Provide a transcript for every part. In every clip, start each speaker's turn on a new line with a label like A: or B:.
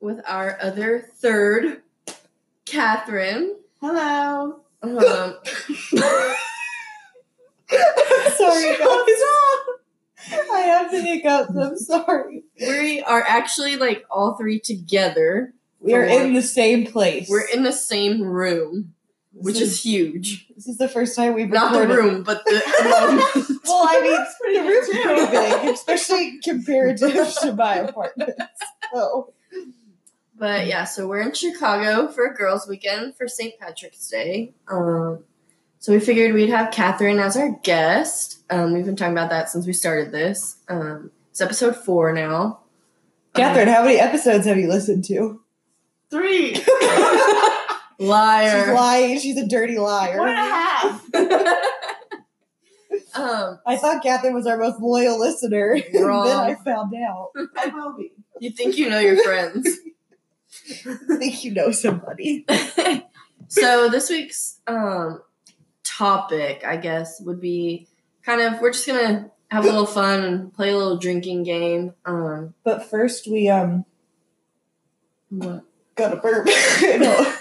A: with our other third, Catherine.
B: Hello.
A: Um,
B: sorry, guys. I have the hiccups. I'm sorry.
A: we are actually like all three together.
B: We are in the same place.
A: We're in the same room,
B: This
A: which is huge.
B: This is the first time we've
A: Not the
B: recorded.
A: room, but the room.
B: Well, I mean,
C: That's pretty
B: the room's
C: good,
B: pretty
C: too.
B: big, especially comparative to my apartment. So
A: But yeah, so we're in Chicago for Girls Weekend for St. Patrick's Day. Um, so we figured we'd have Catherine as our guest. Um, we've been talking about that since we started this. Um, it's episode four now.
B: Catherine, how many episodes have you listened to?
C: Three.
A: Um,
B: She's
A: liar.
B: lying. She's a dirty liar.
C: One and a half.
A: um,
B: I thought Catherine was our most loyal listener, and then
A: Wrong.
B: I found out.
C: I will be.
A: you think you know your friends.
B: I think you know somebody.
A: so this week's um, topic, I guess, would be kind of we're just gonna have a little fun and play a little drinking game. Um,
B: But first, we um got a burp. no.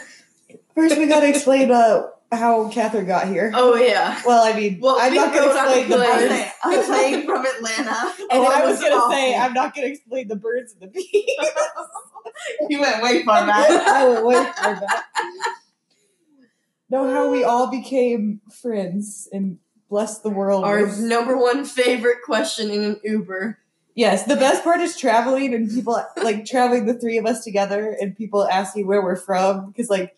B: First, we got to explain uh, how Catherine got here.
A: Oh yeah.
B: Well, I mean,
A: Well,
B: I'm
A: we
B: not going
A: go
B: to
A: on
B: explain
A: the
B: the
A: plane.
B: birds.
C: Okay, I'm playing from Atlanta.
B: And
C: Oh,
B: I
C: it
B: was going to say,
C: awful.
B: I'm not going to explain the birds and the bees.
C: you went way far back.
B: I would wait for that. Know how we all became friends and blessed the world.
A: Our
B: with-
A: number one favorite question in an Uber.
B: Yes, the best part is traveling and people like traveling the three of us together and people asking where we're from because like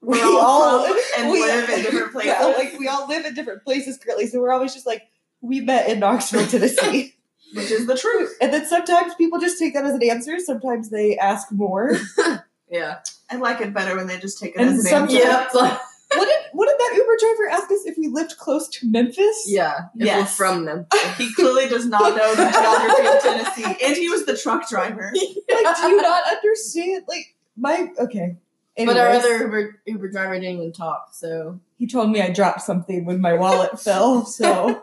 C: We're all from and live in different places.
B: Yeah, like we all live in different places currently, so we're always just like we met in Knoxville, Tennessee,
C: Which is the truth.
B: and then sometimes people just take that as an answer. Sometimes they ask more.
A: Yeah.
C: I like it better when they just take it
B: And
C: as an
B: some-
C: answer.
A: Yep.
B: What did what did that Uber driver ask us if we lived close to Memphis?
A: yeah. If
C: Yes.
A: we're from them.
C: He clearly does not know the geography of Tennessee. And he was the truck driver.
B: Like, do you not understand? Like my okay.
A: But our
B: Anyways,
A: other Uber, Uber driver didn't even talk, so
B: he told me I dropped something when my wallet fell, so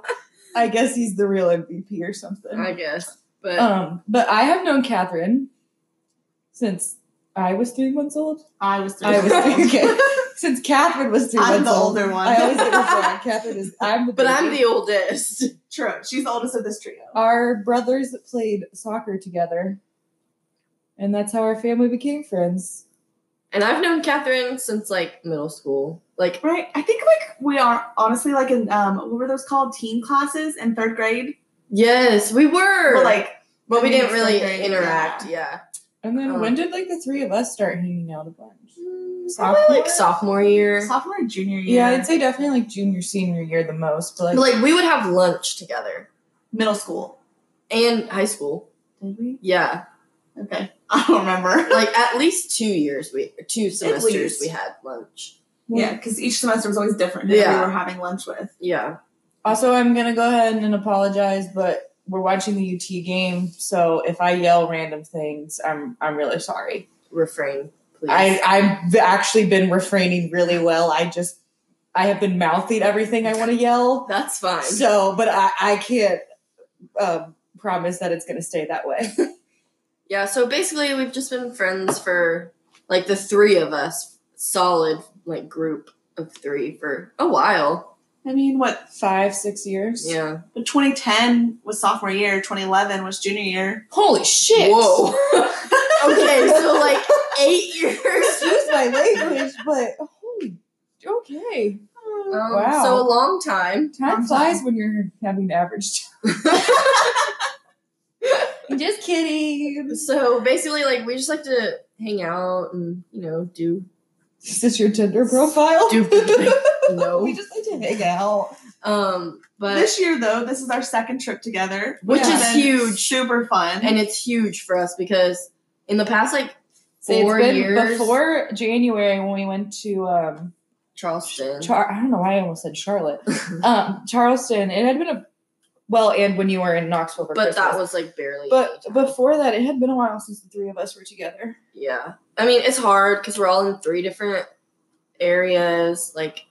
B: I guess he's the real MVP or something.
A: I guess. But
B: Um, but I have known Catherine since I was three months old.
C: I was
B: I was three, okay. Since Catherine was 3
C: I'm
B: months
C: the
B: old.
C: older one.
B: I always get referred. Catherine is. I'm the.
A: but I'm
B: baby.
A: the oldest.
C: True. She's the oldest of this trio.
B: Our brothers played soccer together, and that's how our family became friends.
A: And I've known Catherine since like middle school. Like
C: Right. I think like we are honestly like in um what were those called? Teen classes in third grade.
A: yes, we were.
C: But like
A: but we
C: I mean,
A: didn't really
C: it's like,
A: interact. Yeah.
B: And then
A: Um,
B: when did like the three of us start hanging out a bunch?
A: Probably like sophomore year.
C: sophomore and junior year.
B: Yeah, I'd say definitely like junior senior year the most, but like,
A: But like we would have lunch together
C: middle school.
A: and high school.
C: Did we?
A: Yeah.
C: Okay. I don't remember.
A: like at least two years we two semesters
C: least.
A: we had lunch
C: Yeah, because each semester was always different who
A: Yeah.
C: we were having lunch with.
A: yeah
B: Also, I'm gonna go ahead and apologize, but we're watching the UT game, so if I yell random things, I'm I'm really sorry.
A: refrain please
B: I I've actually been refraining really well. I just I have been mouthing everything I want to yell.
A: that's fine
B: So, but I I can't um, promise that it's gonna stay that way.
A: yeah so basically we've just been friends for like the three of us solid like group of three for a while
C: I mean, what?
B: Five six years.
A: yeah
C: 2010 was sophomore year. 2011 was junior year.
B: Holy shit!
A: whoa okay so like eight years
B: Excuse my language, but holy okay.
A: um,
B: Wow.
A: so a long time
B: Time
C: Long
B: flies when you're having average. time. just kidding.
A: so basically like we just like to hang out and you know do
B: Is this your Tinder profile?
A: do
B: we
A: no
B: just like to hang out.
A: um but
C: this year, though, this is our second trip together,
A: Which
C: has
A: is
C: been
A: huge.
C: super fun.
A: and it's huge for us because in the past like
B: See,
A: Four
B: it's been
A: years.
B: before January when we went to um
A: Charleston.
B: Char- I don't know why I almost said Charlotte. um Charleston. It had been a well, and when you were in Knoxville for
A: but that
B: Christmas.
A: was like barely.
B: but
A: any time.
B: before that, it had been a while since the three of us were together.
A: yeah, I mean it's hard because we're all in three different areas. Like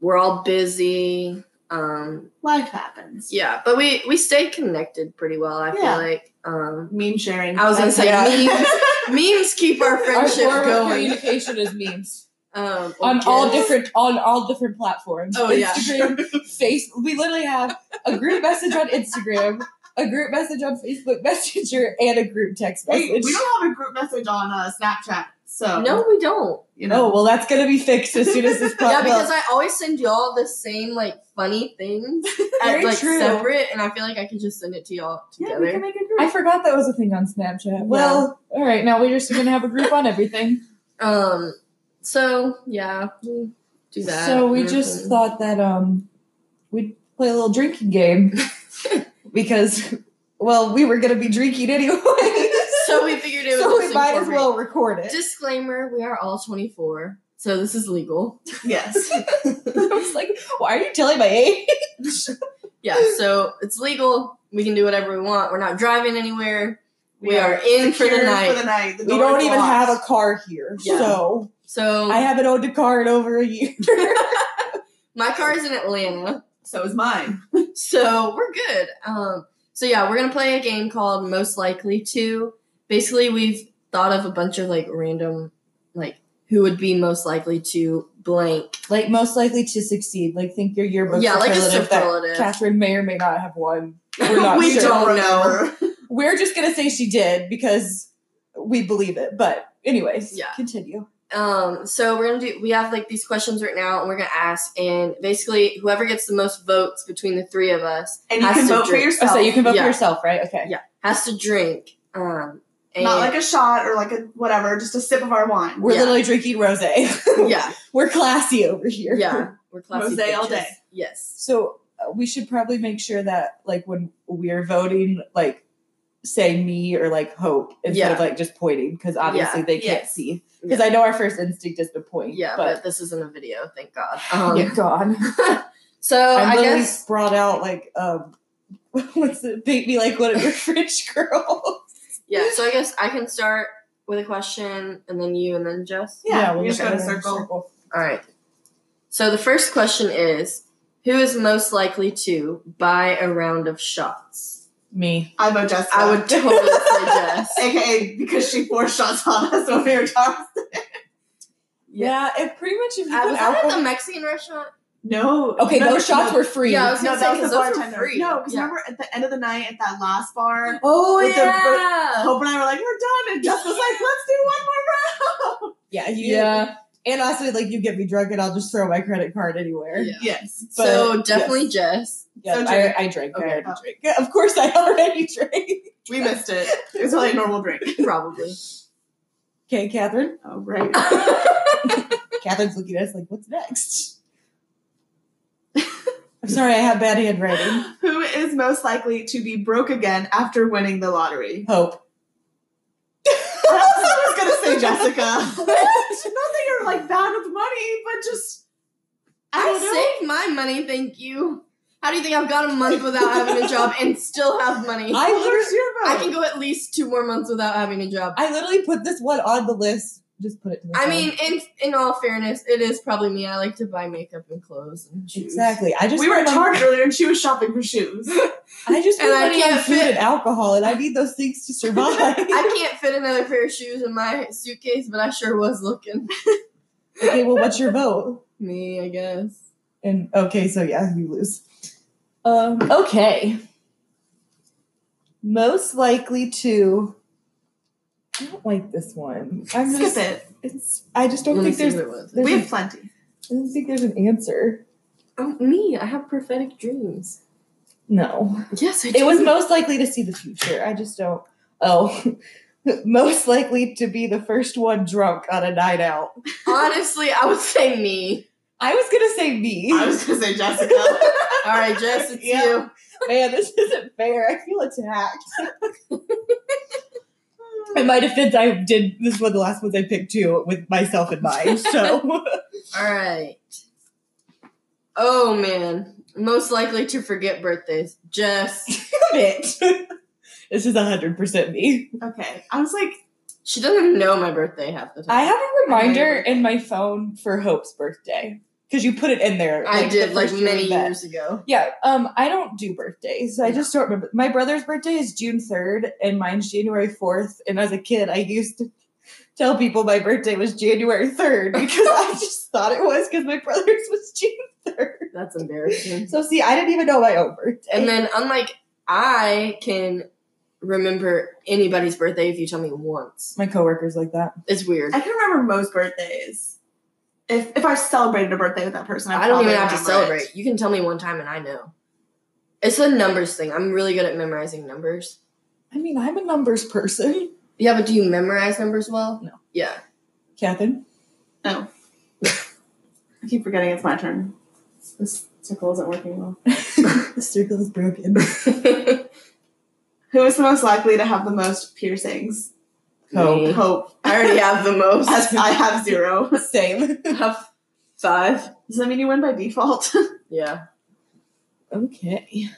A: we're all busy. Um,
C: Life happens.
A: yeah, but we we stay connected pretty well. I
C: Yeah.
A: feel like um,
C: Meme sharing.
A: I was gonna
B: That's-
A: say
B: yeah.
A: memes. memes keep our
B: Our
A: friendship
B: form of
A: going
B: communication is memes
A: um,
B: on all
A: yes.
B: different on all different platforms.
A: Oh, yeah.
B: Instagram, face. We literally have a group message on Instagram, a group message on Facebook Messenger, and a group text
C: Hey, we
B: message.
C: don't have a group message on uh, Snapchat, so
A: No, we don't.
C: you know.
B: Oh well, that's gonna be fixed as soon as this. pop-
A: yeah, because
B: well,
A: I always send y'all the same like funny things as
B: Very
A: like
B: true.
A: separate, and I feel like I can just send it to y'all
C: yeah, we can
A: together.
C: make a group.
B: I forgot that was a thing on Snapchat. Well, all right, now we're just gonna have a group on everything.
A: um, so yeah, we do that. Mm-hmm.
B: So we
A: and
B: just
A: then-
B: thought that um we'd play a little drinking game because well we were gonna be drinking anyway.
A: so we figured it was.
B: so we
A: just
B: might as
A: incorporate.
B: well record it.
A: Disclaimer: We are all 24, so this is legal.
C: yes.
B: I was like, why are you telling my age?
A: Yeah, so it's legal. We can do whatever we want. We're not driving anywhere. We are in for the
C: secured
A: night.
C: For the night. The
B: We
C: door
B: don't
C: is
B: even
C: locked.
B: have a car here,
A: Yeah.
B: so
A: So
B: I haven't owned a car in over a year.
A: my car is in Atlanta.
C: So is mine.
A: so we're good. Um, so yeah, we're gonna play a game called Most Likely to. Basically, we've thought of a bunch of like random, like who would be most likely to blank.
B: like most likely to succeed. Like think your yearbook.
A: yeah, like a superlative.
B: Catherine may or may not have won. We're not
A: We
B: sure.
A: don't know.
B: We're just gonna say she did because we believe it. But anyways,
A: Yeah.
B: continue.
A: Um, so we're gonna do. We have like these questions right now, and we're gonna ask. And basically, whoever gets the most votes between the three of us
C: And you
A: Has
C: can
A: to
C: vote for
A: drink.
B: Oh,
C: yourself.
B: so you can vote
A: Yeah.
B: for yourself, right? Okay.
A: Yeah. has to drink. Um, and
C: Not like a shot or like a whatever, just a sip of our wine.
B: We're
A: Yeah.
B: literally drinking rose.
A: yeah,
B: We're classy over here.
A: yeah. We're classy
C: Rosé all
A: bitches.
C: day.
A: Yes.
B: So uh, we should probably make sure that like when we're voting, like say me or like hope instead
A: Yeah.
B: of like just pointing because obviously they can't
C: Yes.
B: see. Because I know our first instinct is to point.
A: Yeah, but,
B: but,
A: this isn't a video, thank God. Um,
B: yeah, God,
A: So
B: I'm
A: i
B: literally
A: guess
B: brought out like um, what's it? Paint me like one of your French girls.
A: yeah. So I guess I can start with a question, and then you, and then Jess.
C: Yeah,
B: we'll
C: you just
B: go
C: go in
B: in
C: a circle.
A: All right. So the first question is, who is most likely to buy a round of shots?
B: Me.
C: I vote Jessica.
A: I would totally say Jess.
C: AKA because she forced shots on us when we were talking.
B: Yeah, it pretty much if you
A: Uh,
B: put
A: was that at
B: alcohol.
A: the Mexican restaurant?
C: No.
B: Okay,
C: no,
B: those shots
C: no.
B: were free.
A: Yeah, I was
C: No,
A: gonna
C: that
A: say
C: was
A: because
C: the
A: those were
C: bartender.
A: free.
C: No, because
A: yeah.
C: remember at the end of the night at that last bar,
A: Oh
C: with the-
A: yeah.
C: Hope and I were like, we're done, and Jess was like, let's do one more round.
B: yeah, you,
A: Yeah.
B: And also, like, you get me drunk, and I'll just throw my credit card anywhere.
A: Yeah.
C: Yes.
B: But-
A: so definitely Jess.
B: Yeah,
C: So
B: I,
C: drink.
B: I drank.
A: Okay.
B: I already
C: Oh.
B: drank. Yeah, of course, I already drank.
C: We missed it. It was really a normal drink.
A: Probably.
B: Okay, Catherine.
C: Oh, right.
B: Catherine's looking at us like, "What's next?" I'm sorry, I have bad handwriting.
C: Who is most likely to be broke again after winning the lottery?
B: Hope.
C: I also was gonna say Jessica. Not that you're like bad with money, but just I don't know.
A: I saved my money, thank you. How do you think I've gone a month without having a job and still have money?
B: I
C: Well,
B: literally,
C: where's your vote?
A: I can go at least two more months without having a job.
B: I literally put this one on the list. Just put it. To the
A: I
B: side.
A: mean, in in all fairness, it is probably me. I like to buy makeup and clothes and shoes.
B: exactly. I just
C: we were
B: put my-
C: at Target earlier and she was shopping for shoes.
B: I just put
A: and I
B: money on
A: can't
B: food
A: fit-
B: and alcohol, and I need those things to survive.
A: I can't fit another pair of shoes in my suitcase, but I sure was looking.
B: okay, well, what's your vote?
A: Me, I guess.
B: And okay, so yeah, you lose. Um, okay. Most likely to. I don't like this one. I'm
C: Skip
B: just.
C: it.
B: It's. I just don't
A: Let me
B: think
A: see who
B: there's. I
A: it was.
B: there's
C: We
B: a-
C: have plenty.
B: don't think there's an answer. um,
A: Oh, me, I have prophetic dreams.
B: No.
A: Yes, I do.
B: It was most likely to see the future. I just don't. Oh. Most likely to be the first one drunk on a night out.
A: honestly, I would say me.
B: I was gonna say me.
C: I was gonna say Jessica.
A: All right, Jess, it's
B: Yeah.
A: you.
B: Man, this isn't fair. I feel attacked. In my defense, I did this was the last ones I picked too, with myself in mind. So
A: All right. Oh man, most likely to forget birthdays. Jess,
B: it. This is hundred percent me.
C: okay. I was like,
A: she doesn't know my birthday half the time.
B: I have a reminder in my phone for Hope's birthday. because you put it in there.
A: I
B: the
A: did like
B: first year we
A: many
B: met.
A: years ago.
B: Yeah, um, I don't do birthdays. I just don't remember. My brother's birthday is June third, and mine's January fourth. And as a kid, I used to tell people my birthday was January third because I just thought it was because my brother's was June third.
A: That's embarrassing.
B: So see, I didn't even know my own birthday.
A: and then unlike I can remember anybody's birthday if you tell me once.
B: my coworkers like that.
A: It's weird.
C: I can remember most birthdays. If if I celebrated a birthday with that person, I,
A: I don't even
C: probably
A: have to
C: remember
A: celebrate.
C: it.
A: You can tell me one time and I know. It's a numbers thing. I'm really good at memorizing numbers.
B: I mean, I'm a numbers person,
A: Yeah, but do you memorize numbers well?
B: No.
A: Yeah.
B: Catherine.
C: No. I keep forgetting it's my turn. This circle isn't working well.
B: the circle is broken.
C: Who is the most likely to have the most piercings?
A: Me.
C: Hope.
A: I already have the most.
C: As I have zero.
B: Same.
A: have five.
C: Does that mean you win by default?
A: Yeah.
B: Okay.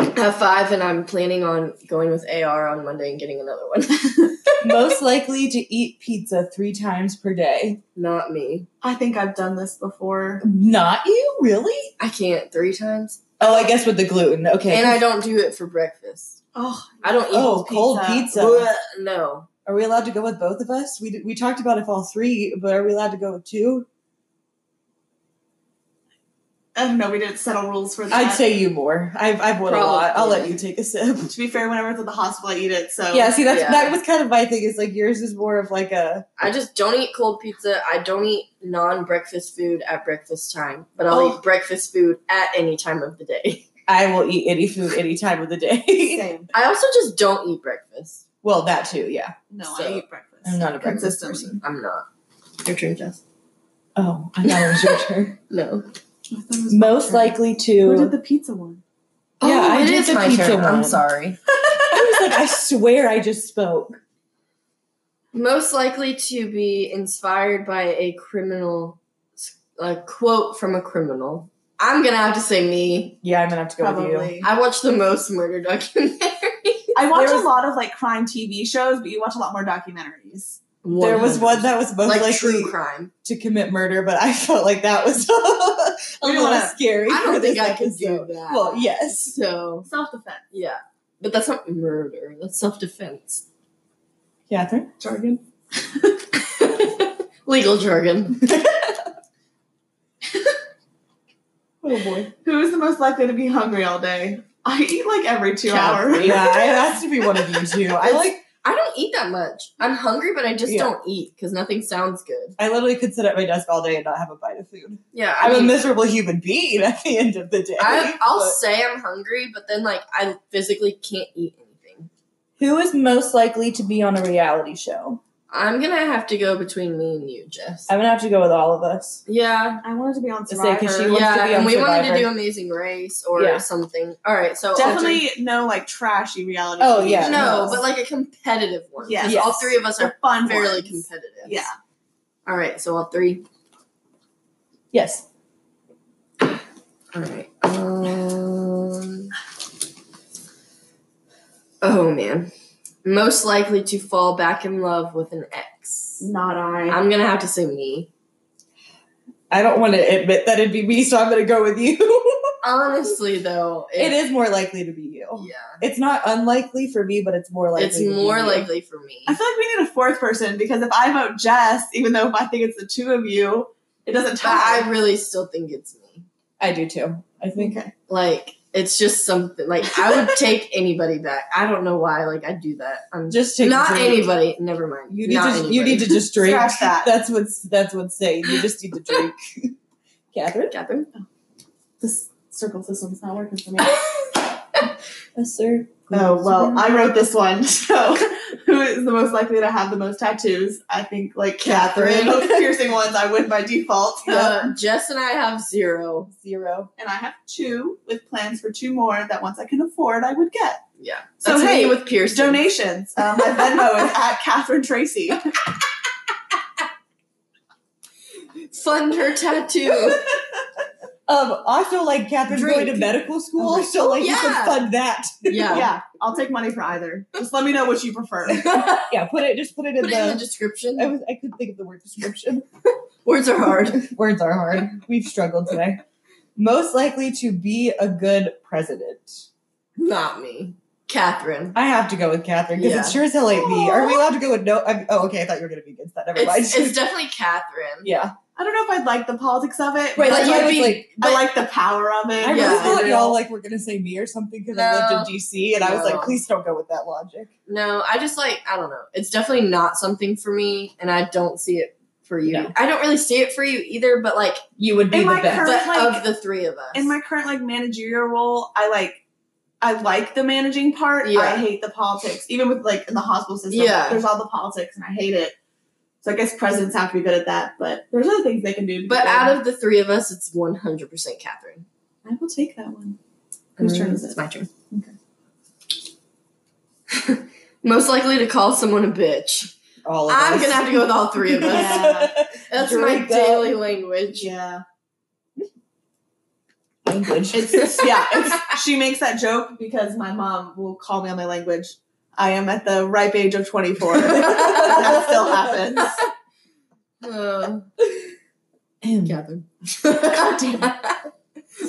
A: I have five, and I'm planning on going with AR on Monday and getting another one.
B: Most likely to eat pizza three times per day.
A: Not me.
C: I think I've done this before.
B: Not you, really?
A: I can't three times.
B: Oh, I guess with the gluten. Okay.
A: And I don't do it for breakfast.
C: Oh,
A: I don't eat.
B: oh, cold
C: pizza.
B: pizza.
A: Bleh, no.
B: Are we allowed to go with both of us? We did, we talked about if all three, but are we allowed to go with two?
C: I don't know. We didn't settle rules for that.
B: I'd say you more. I've I've won a lot. I'll let you take a sip.
C: To be fair, whenever it's at the hospital, I eat it. So
B: Yeah. See, that's
A: Yeah.
B: that was kind of my thing. Is like yours is more of like a
A: I just don't eat cold pizza. I don't eat non-breakfast food at breakfast time, but I'll
C: Oh.
A: eat breakfast food at any time of the day.
B: I will eat any food any time of the day.
C: same.
A: I also just don't eat breakfast.
B: well, that too. Yeah.
C: No,
A: So,
C: I eat breakfast.
B: I'm not a breakfast
C: Consistently.
B: person.
A: I'm not. Your turn, Jess.
B: Oh, I thought it was your turn.
A: No.
C: I thought it was my
B: Most
C: turn.
B: likely to.
C: Who did the pizza one?
B: Yeah, I
A: Oh, it
B: did
A: is
B: the
A: my
B: pizza
A: turn. I'm
B: one.
A: sorry.
B: I was like, I swear, I just spoke.
A: Most likely to be inspired by a criminal, a quote from a criminal. I'm gonna have to say me.
B: Yeah, I'm gonna have to go with you.
C: Probably.
A: I watch the most murder documentaries.
C: I watch
B: There
C: a
B: was-
C: lot of like crime TV shows, but you watch a lot more documentaries.
B: There was one that was most
A: like
B: likely
A: true crime.
B: to commit murder, but I felt like that was a
C: We don't
B: little
C: wanna-
B: scary.
A: I
B: for
A: don't think
B: this
A: I could do
B: episode.
A: that.
B: Well, yes.
A: so
C: Self defense.
A: yeah, but that's not murder. That's self defense.
B: Catherine?
C: Jargon.
A: Legal jargon.
B: Oh boy.
C: Who is the most likely to be hungry all day? I eat like every two
A: Catherine.
C: hours.
B: Yeah, it has to be one of you two. I like
A: I don't eat that much. I'm hungry, but I just
B: Yeah.
A: don't eat because nothing sounds good.
B: I literally could sit at my desk all day and not have a bite of food.
A: Yeah, I
B: I'm a
A: mean,
B: miserable human being at the end of the day.
A: I, I'll
B: but-
A: say I'm hungry, but then like I physically can't eat anything.
B: Who is most likely to be on a reality show?
A: I'm gonna have to go between me and you, Jess.
B: I'm gonna have to go with all of us.
A: yeah,
C: I wanted to be on
B: Say, 'cause she
C: Survivor.
B: wants to
A: yeah,
B: be on
A: and we wanted to
B: Survivor.
A: do Amazing Race or
B: Yeah.
A: something. All right, so
C: Definitely no like trashy reality.
B: Oh,
C: TV
B: yeah.
C: shows.
A: no, but like a competitive one.
C: Yes.
A: because
B: Yes.
A: all three of us
C: The
A: are
C: fun
A: fairly
C: ones.
A: competitive.
C: Yeah.
A: All right, so all three.
B: Yes.
A: All right. Um. Oh man, most likely to fall back in love with an ex.
C: Not I.
A: I'm gonna have to say me.
B: I don't want to admit that it'd be me, so I'm gonna go with you.
A: Honestly, though,
B: it is more likely to be you.
A: Yeah,
B: It's not unlikely for me, but it's more likely.
A: it's
B: to be
A: more
B: you.
A: likely for me.
C: I feel like we need a fourth person because if I vote Jess, even though if I think it's the two of you, it doesn't
A: But I
C: tie.
A: really still think it's me.
B: I do too. I think
C: Okay.
A: Like it's just something. Like I would take anybody back. I don't know why. Like I do that. I'm
B: just take a
A: not
B: drink.
A: anybody. Never mind.
B: You need
A: Not
B: to. You
A: anybody.
B: need to just drink.
C: Scratch that.
B: That's what's. That's what's saying. You just need to drink. Catherine,
A: Catherine.
C: This circle system's not working for me.
B: yes, sir.
C: Oh well, I wrote this one. So, who is the most likely to have the most tattoos? I think like Catherine.
A: Catherine.
C: Those piercing ones, I win by default.
A: Uh, Jess and I have zero.
B: zero.
C: and I have two with plans for two more that once I can afford, I would get.
A: Yeah.
C: So,
A: That's
C: hey,
A: me with Pierce.
C: Donations. Um, my Venmo is at Catherine Tracy.
A: Fund her tattoo.
B: Um. Also, like Catherine's
A: Drink.
B: going to medical school,
C: Oh my-
B: so like you
A: yeah.
B: can fund that.
A: Yeah.
C: Yeah, I'll take money for either. Just let me know what you prefer.
B: yeah. Put it. Just put it in
A: Put it
B: the.
A: in the description.
B: I was. I could think of the word description.
A: Words are hard.
B: Words are hard. We've struggled today. Most likely to be a good president.
A: Not me. Catherine.
B: I have to go with Catherine because
A: Yeah.
B: it sure as hell ain't me. Are we allowed to go with no? I'm, oh, okay. I thought you were going to be against that. Never mind.
A: It's, it's definitely Catherine.
B: yeah.
C: I don't know if I'd like the politics of it,
B: Right,
C: but
B: that's
A: you'd
B: why I was
A: be-
B: like,
C: I
A: but-
C: like the power of it.
B: I really
A: Yeah.
B: thought y'all like were gonna say me or something because I
A: No.
B: lived in DC, and I was
A: No.
B: like, please don't go with that logic.
A: No, I just like I don't know. It's definitely not something for me, and I don't see it for you.
B: No.
A: I don't really see it for you either. But like,
B: You would
C: be Am the I best.
A: but
C: Or, like,
A: of the three of us,
C: in my current like managerial role, I like I like the managing part.
A: Yeah.
C: I hate the politics. Even with like in the hospital system,
A: Yeah.
C: there's all the politics and I hate it. So I guess presidents have to be good at that, but there's other things they can do. To be
A: but
C: good.
A: out of the three of us, it's one hundred percent Catherine.
C: I will take that one. Whose turn is it?
A: It's my turn.
C: Okay.
A: Most likely to call someone a bitch.
B: All of
A: I'm
B: us.
A: gonna have to go with all three of us.
C: Yeah.
A: That's my
B: Drink up.
A: daily language.
C: Yeah,
B: Language.
C: it's yeah. It's, she makes that joke because my mom will call me on my language. I am at the ripe age of 24. that still happens.
A: Uh,
B: Mm.
A: Catherine.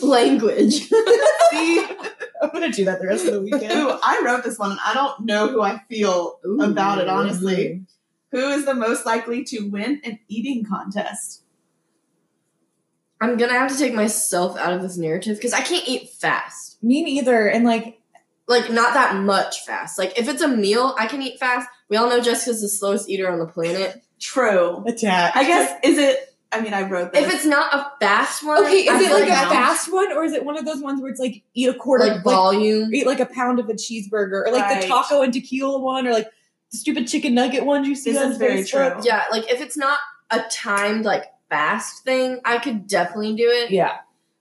A: language.
B: See, I'm gonna do that the rest of the weekend.
C: Ooh, I wrote this one and I don't know who I feel about it
A: Ooh.
C: honestly. Who is the most likely to win an eating contest?
A: I'm gonna have to take myself out of this narrative because I can't eat fast.
B: Me neither. And like,
A: Like, not that much fast. Like, if it's a meal, I can eat fast. We all know Jessica's the slowest eater on the planet.
C: True.
B: attack.
C: I guess is it I mean I wrote this.
A: If it's not a fast one,
B: Okay, is
A: I
B: it
A: feel
B: like a
A: no.
B: fast one, or is it one of those ones where it's like eat a quarter,
A: like
B: like, like
A: volume?
B: eat like a pound of a cheeseburger, or like
C: Right.
B: the taco and tequila one, or like the stupid chicken nugget one you see
C: This
B: on
C: is very
B: Facebook?
C: true.
A: Yeah, like if it's not a timed like fast thing, I could definitely do it.
B: Yeah,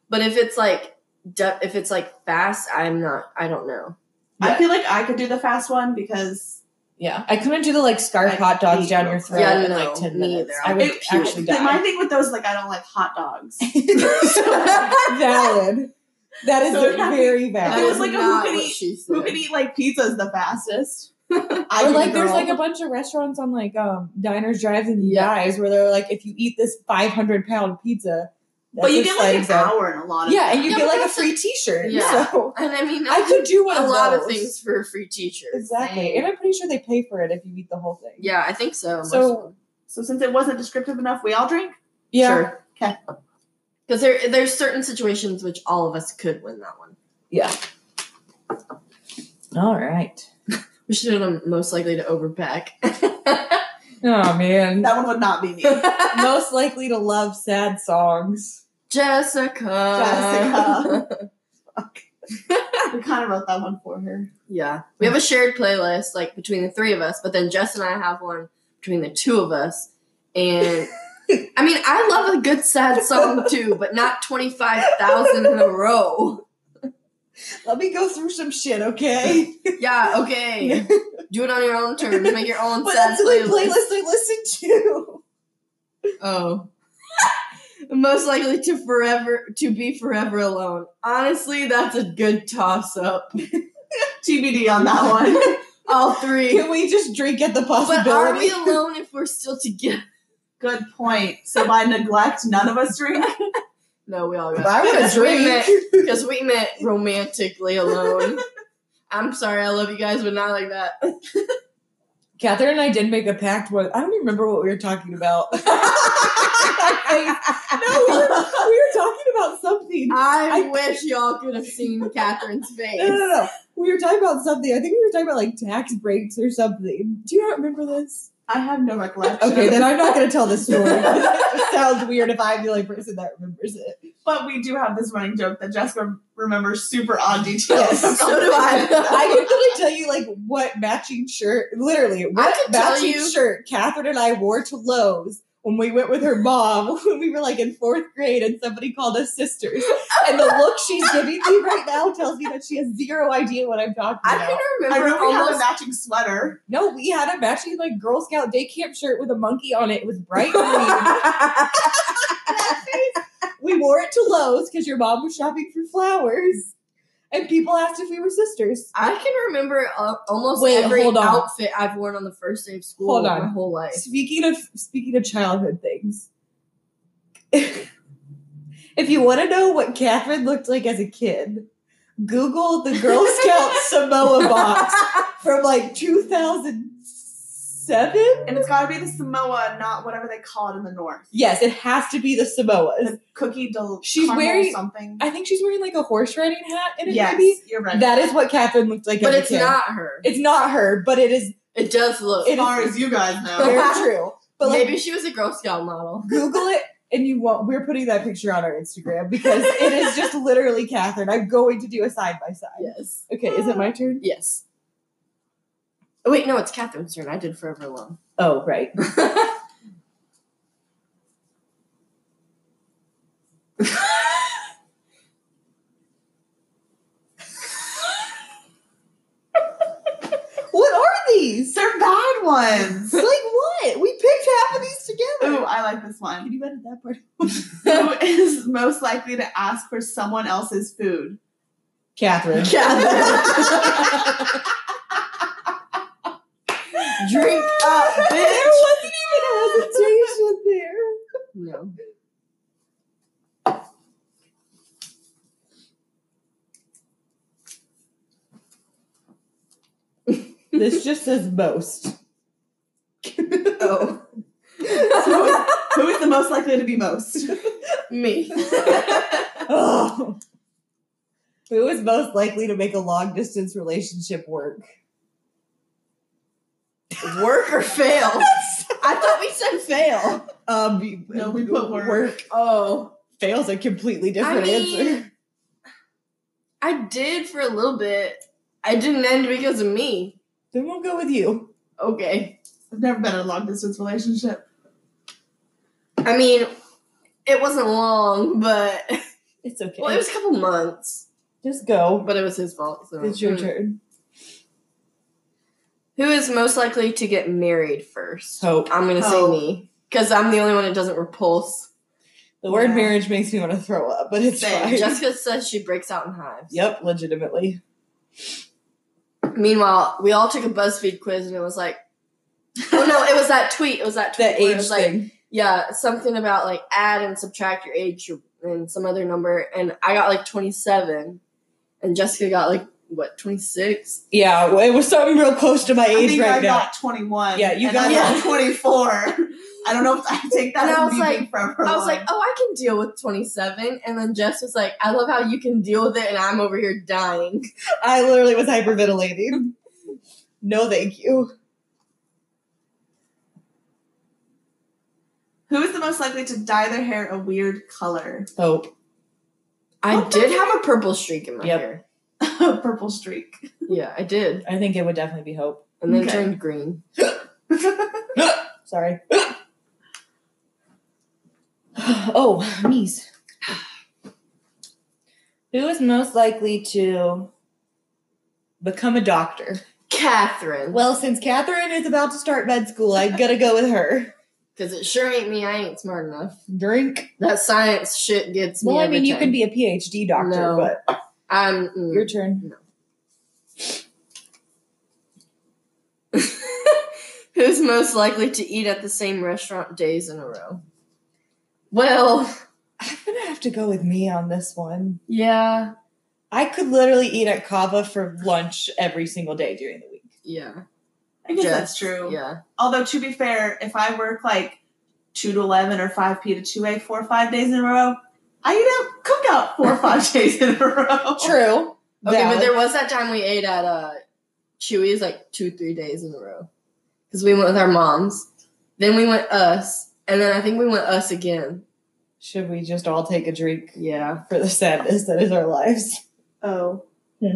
A: But if it's like de- if it's like fast, I'm not. I don't know.
C: I feel like I could do the fast one because
B: yeah. I couldn't do the like scarf
C: I
B: hot dogs
C: hate
B: down
C: you.
B: your throat
A: Yeah,
B: in
A: no,
B: like ten
A: me
B: minutes.
A: either.
B: I would
C: it-
B: actually
C: the-
B: die.
C: my thing with those like I don't like hot dogs. If
B: valid. That is
C: So happy.
B: very
C: That
B: valid.
C: was, is like, a who
A: not
C: can
A: what
C: eat-
A: she said.
C: Who can eat like pizzas the fastest?
B: or
C: I
B: like there's like a
C: a
B: bunch of restaurants on like um diners, drives, and
A: Yeah.
B: dives where they're like, if you eat this 500 pound pizza, that
C: but you
B: looks
C: get like an
B: so-
C: hour in a lot of
B: Yeah, and you
A: Yeah,
B: get
A: but
B: like a
A: that's
B: free T-shirt.
A: Yeah.
B: So
A: And I mean,
B: I could do one
A: a
B: of
A: lot of
B: those.
A: things for a free teacher.
B: Exactly, and I'm pretty sure they pay for it if you eat the whole thing.
A: yeah, I think so.
B: So-
A: most of them.
C: So since it wasn't descriptive enough, we all drink.
B: yeah.
A: Sure.
C: 'Kay.
A: Because there there's certain situations which all of us could win that one.
B: All right.
A: We should have done most likely to overpack.
B: Oh man,
C: That one would not be me.
B: most likely to love sad songs.
A: Jessica.
C: we kind of wrote that one for her.
A: yeah. We have a shared playlist like between the three of us, but then Jess and I have one between the two of us. And I mean, I love a good sad song too, but not 25,000 in a row.
B: Let me go through some shit, okay?
A: Yeah, okay. Do it on your own terms. Make your own
B: but
A: sad
B: that's the
A: playlist.
B: playlist I listen to.
A: Oh. Most likely to forever to be forever alone. Honestly, that's a good toss up.
C: TBD on that one.
A: All three.
B: Can we just drink at the
A: But
B: possibility?
A: are we alone if we're still together?
C: Good point. So by neglect, none of us drink.
A: No, we all
B: If
A: got
B: I want to drink.
A: because we met romantically alone. I'm sorry, I love you guys, but not like that.
B: Catherine and I did make a pact. One, I don't even remember what we were talking about. no, we were, we were talking about something.
A: I,
B: I-
A: wish y'all could have seen Catherine's face.
B: No, no, no. We were talking about something. I think we were talking about like tax breaks or something. Do you not remember this?
C: I have no recollection.
B: Okay, then I'm not going to tell this story. it just sounds weird if I'm the only person that remembers it.
C: But we do have this running joke that Jessica remembers super odd details.
B: Yes,
A: so do I.
B: I can literally tell you like what matching shirt, literally what
A: could tell
B: matching
A: you-
B: shirt Catherine and I wore to Lowe's when we went with her mom when we were like in fourth grade and somebody called us sisters. And the look she's giving me right now tells me that she has zero idea what I'm talking
A: I
B: about.
A: can
C: I
A: remember
C: remember we have a
A: almost
C: matching sweater.
B: No, we had a matching like Girl Scout day camp shirt with a monkey on it. It was bright green. we wore it to Lowe's because your mom was shopping for flowers. And people asked if we were sisters.
A: I can remember uh, almost
B: Wait,
A: every
B: hold on.
A: outfit I've worn on the first day of school
B: Hold on.
A: my whole life.
B: Speaking of speaking of childhood things, if you want to know what Catherine looked like as a kid, Google the Girl Scout Samoa box from like 2007.
C: And it's got to be the Samoa, not whatever they call it in the north.
B: Yes, it has to be the Samoas.
C: The cookie del.
B: She's
C: caramel
B: wearing-
C: something.
B: I think she's wearing like a horse riding hat in it,
C: yes,
B: maybe.
C: you're right.
B: That is what Catherine looked like
A: but
B: as
A: it's
B: a kid.
A: not her.
B: it's not her, but it is
A: It does look.
B: It-
C: as far as you guys know.
B: very true. But like,
A: Maybe she was a Girl Scout model.
B: Google it and you won't. We're putting that picture on our Instagram because it is just literally Catherine. I'm going to do a side by side.
A: Yes.
B: Okay, is it my turn?
A: Yes. Oh, wait, no, it's Catherine's turn. I did Forever Alone.
B: Oh, right. What are these?
C: They're bad
B: It's
C: ones.
B: like what? We picked half of these together.
C: Ooh, I like this one.
B: Can you edit that part?
C: Who is most likely to ask for someone else's food?
B: Catherine.
A: Catherine. Drink
B: Uh, there wasn't even hesitation there.
A: No.
B: This just says most.
A: Oh.
C: Who is, who is the most likely to be most?
A: Me.
B: Oh. Who is most likely to make a long distance relationship work?
A: Work or fail? I thought we said fail.
B: Um, you-
C: No, we put work.
A: Oh.
B: Fails a completely different
A: I mean-
B: answer.
A: I did for a little bit. I didn't end because of me.
B: Then we'll go with you.
A: Okay.
C: I've never been in a long distance relationship.
A: I mean, it wasn't long, but
B: It's okay.
A: well, it was a couple months.
B: Just go.
A: But it was his fault. So.
B: It's your
A: Mm.
B: turn.
A: Who is most likely to get married first?
B: Hope.
A: I'm gonna
B: Oh.
C: Hope.
A: say me because I'm the only one that doesn't repulse.
B: The word
C: Yeah.
B: marriage makes me want to throw up, but it's
C: Same.
B: fine.
A: Jessica says she breaks out in hives.
B: yep, legitimately.
A: Meanwhile, we all took a BuzzFeed quiz and it was like, oh no, it was that tweet. It was that tweet
B: The
A: where it
B: age
A: was like,
B: thing.
A: yeah, something about like add and subtract your age and some other number. And I got like 27, and Jessica got like what 26.
B: Yeah, well, it was something real close to my
C: I
B: age
C: think
B: right
C: I
B: now.
C: got 21.
B: Yeah, you
C: and
B: got
C: I got
A: that.
C: 24. I don't know if I take that
A: And
C: as
A: I was
C: me
A: like-
C: being forever
A: I was
C: alone.
A: like, oh, I can deal with 27. And then Jess was like, I love how you can deal with it, and I'm over here dying.
B: I literally was hyperventilating. no, thank you.
C: who is the most likely to dye their hair a weird color?
B: Hope.
A: I
C: What the
A: did have a purple streak in my
B: Yep.
A: hair.
C: Purple streak.
A: Yeah, I did.
B: I think it would definitely be hope.
A: And then
C: Okay.
A: turned green.
B: Sorry. oh, knees. Who is most likely to become a doctor?
A: Catherine.
B: Well, since Catherine is about to start med school, I'm gonna go with her.
A: Because it sure ain't me. I ain't smart enough.
B: Drink.
A: That science shit gets me.
B: Well, I
A: every
B: mean, you
A: time.
B: can be a PhD doctor,
A: No.
B: but
A: I'm. mm.
B: your turn.
A: mm. Who's most likely to eat at the same restaurant days in a row? Well,
B: I'm gonna have to go with me on this one.
A: yeah,
B: I could literally eat at Kava for lunch every single day during the week.
A: yeah,
C: I guess
A: Just-
C: that's true.
A: yeah.
C: Although to be fair, if I work like two to eleven or five p to two a four or five days in a row, I eat out cookout four or five days in a row.
B: True.
A: Oh. Okay,
B: Valid.
A: but there was that time we ate at uh, Chewy's like two, three days in a row because we went with our moms, then we went us, and then I think we went us again.
B: Should we just all take a drink
A: Yeah,
B: for the sadness that is our lives?
C: Oh,
B: Yeah.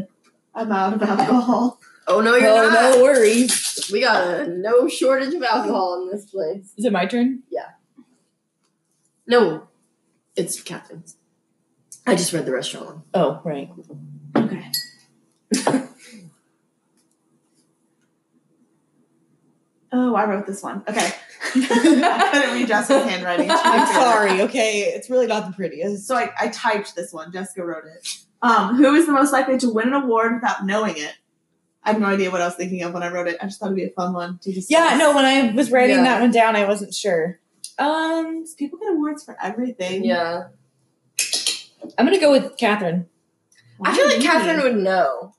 C: I'm out of alcohol.
A: Oh no, you're
B: oh,
A: not.
B: no worries.
A: We got a no shortage of alcohol in this place.
B: Is it my turn?
A: No, it's Captain's. I just read the restaurant one.
B: Oh, right.
C: Okay. oh, I wrote this one. Okay. I couldn't read Jessica's handwriting. to be
B: I'm
C: fair.
B: sorry, okay? It's really not the prettiest.
C: So I, I typed this one. Jessica wrote it. Um, who is the most likely to win an award without knowing it? I have no idea what I was thinking of when I wrote it. I just thought it'd be a fun one to discuss.
B: Yeah, no, when I was writing
A: Yeah.
B: that one down, I wasn't sure. Um,
C: People get awards for everything.
A: Yeah.
B: I'm gonna go with Catherine.
A: I feel like Catherine would know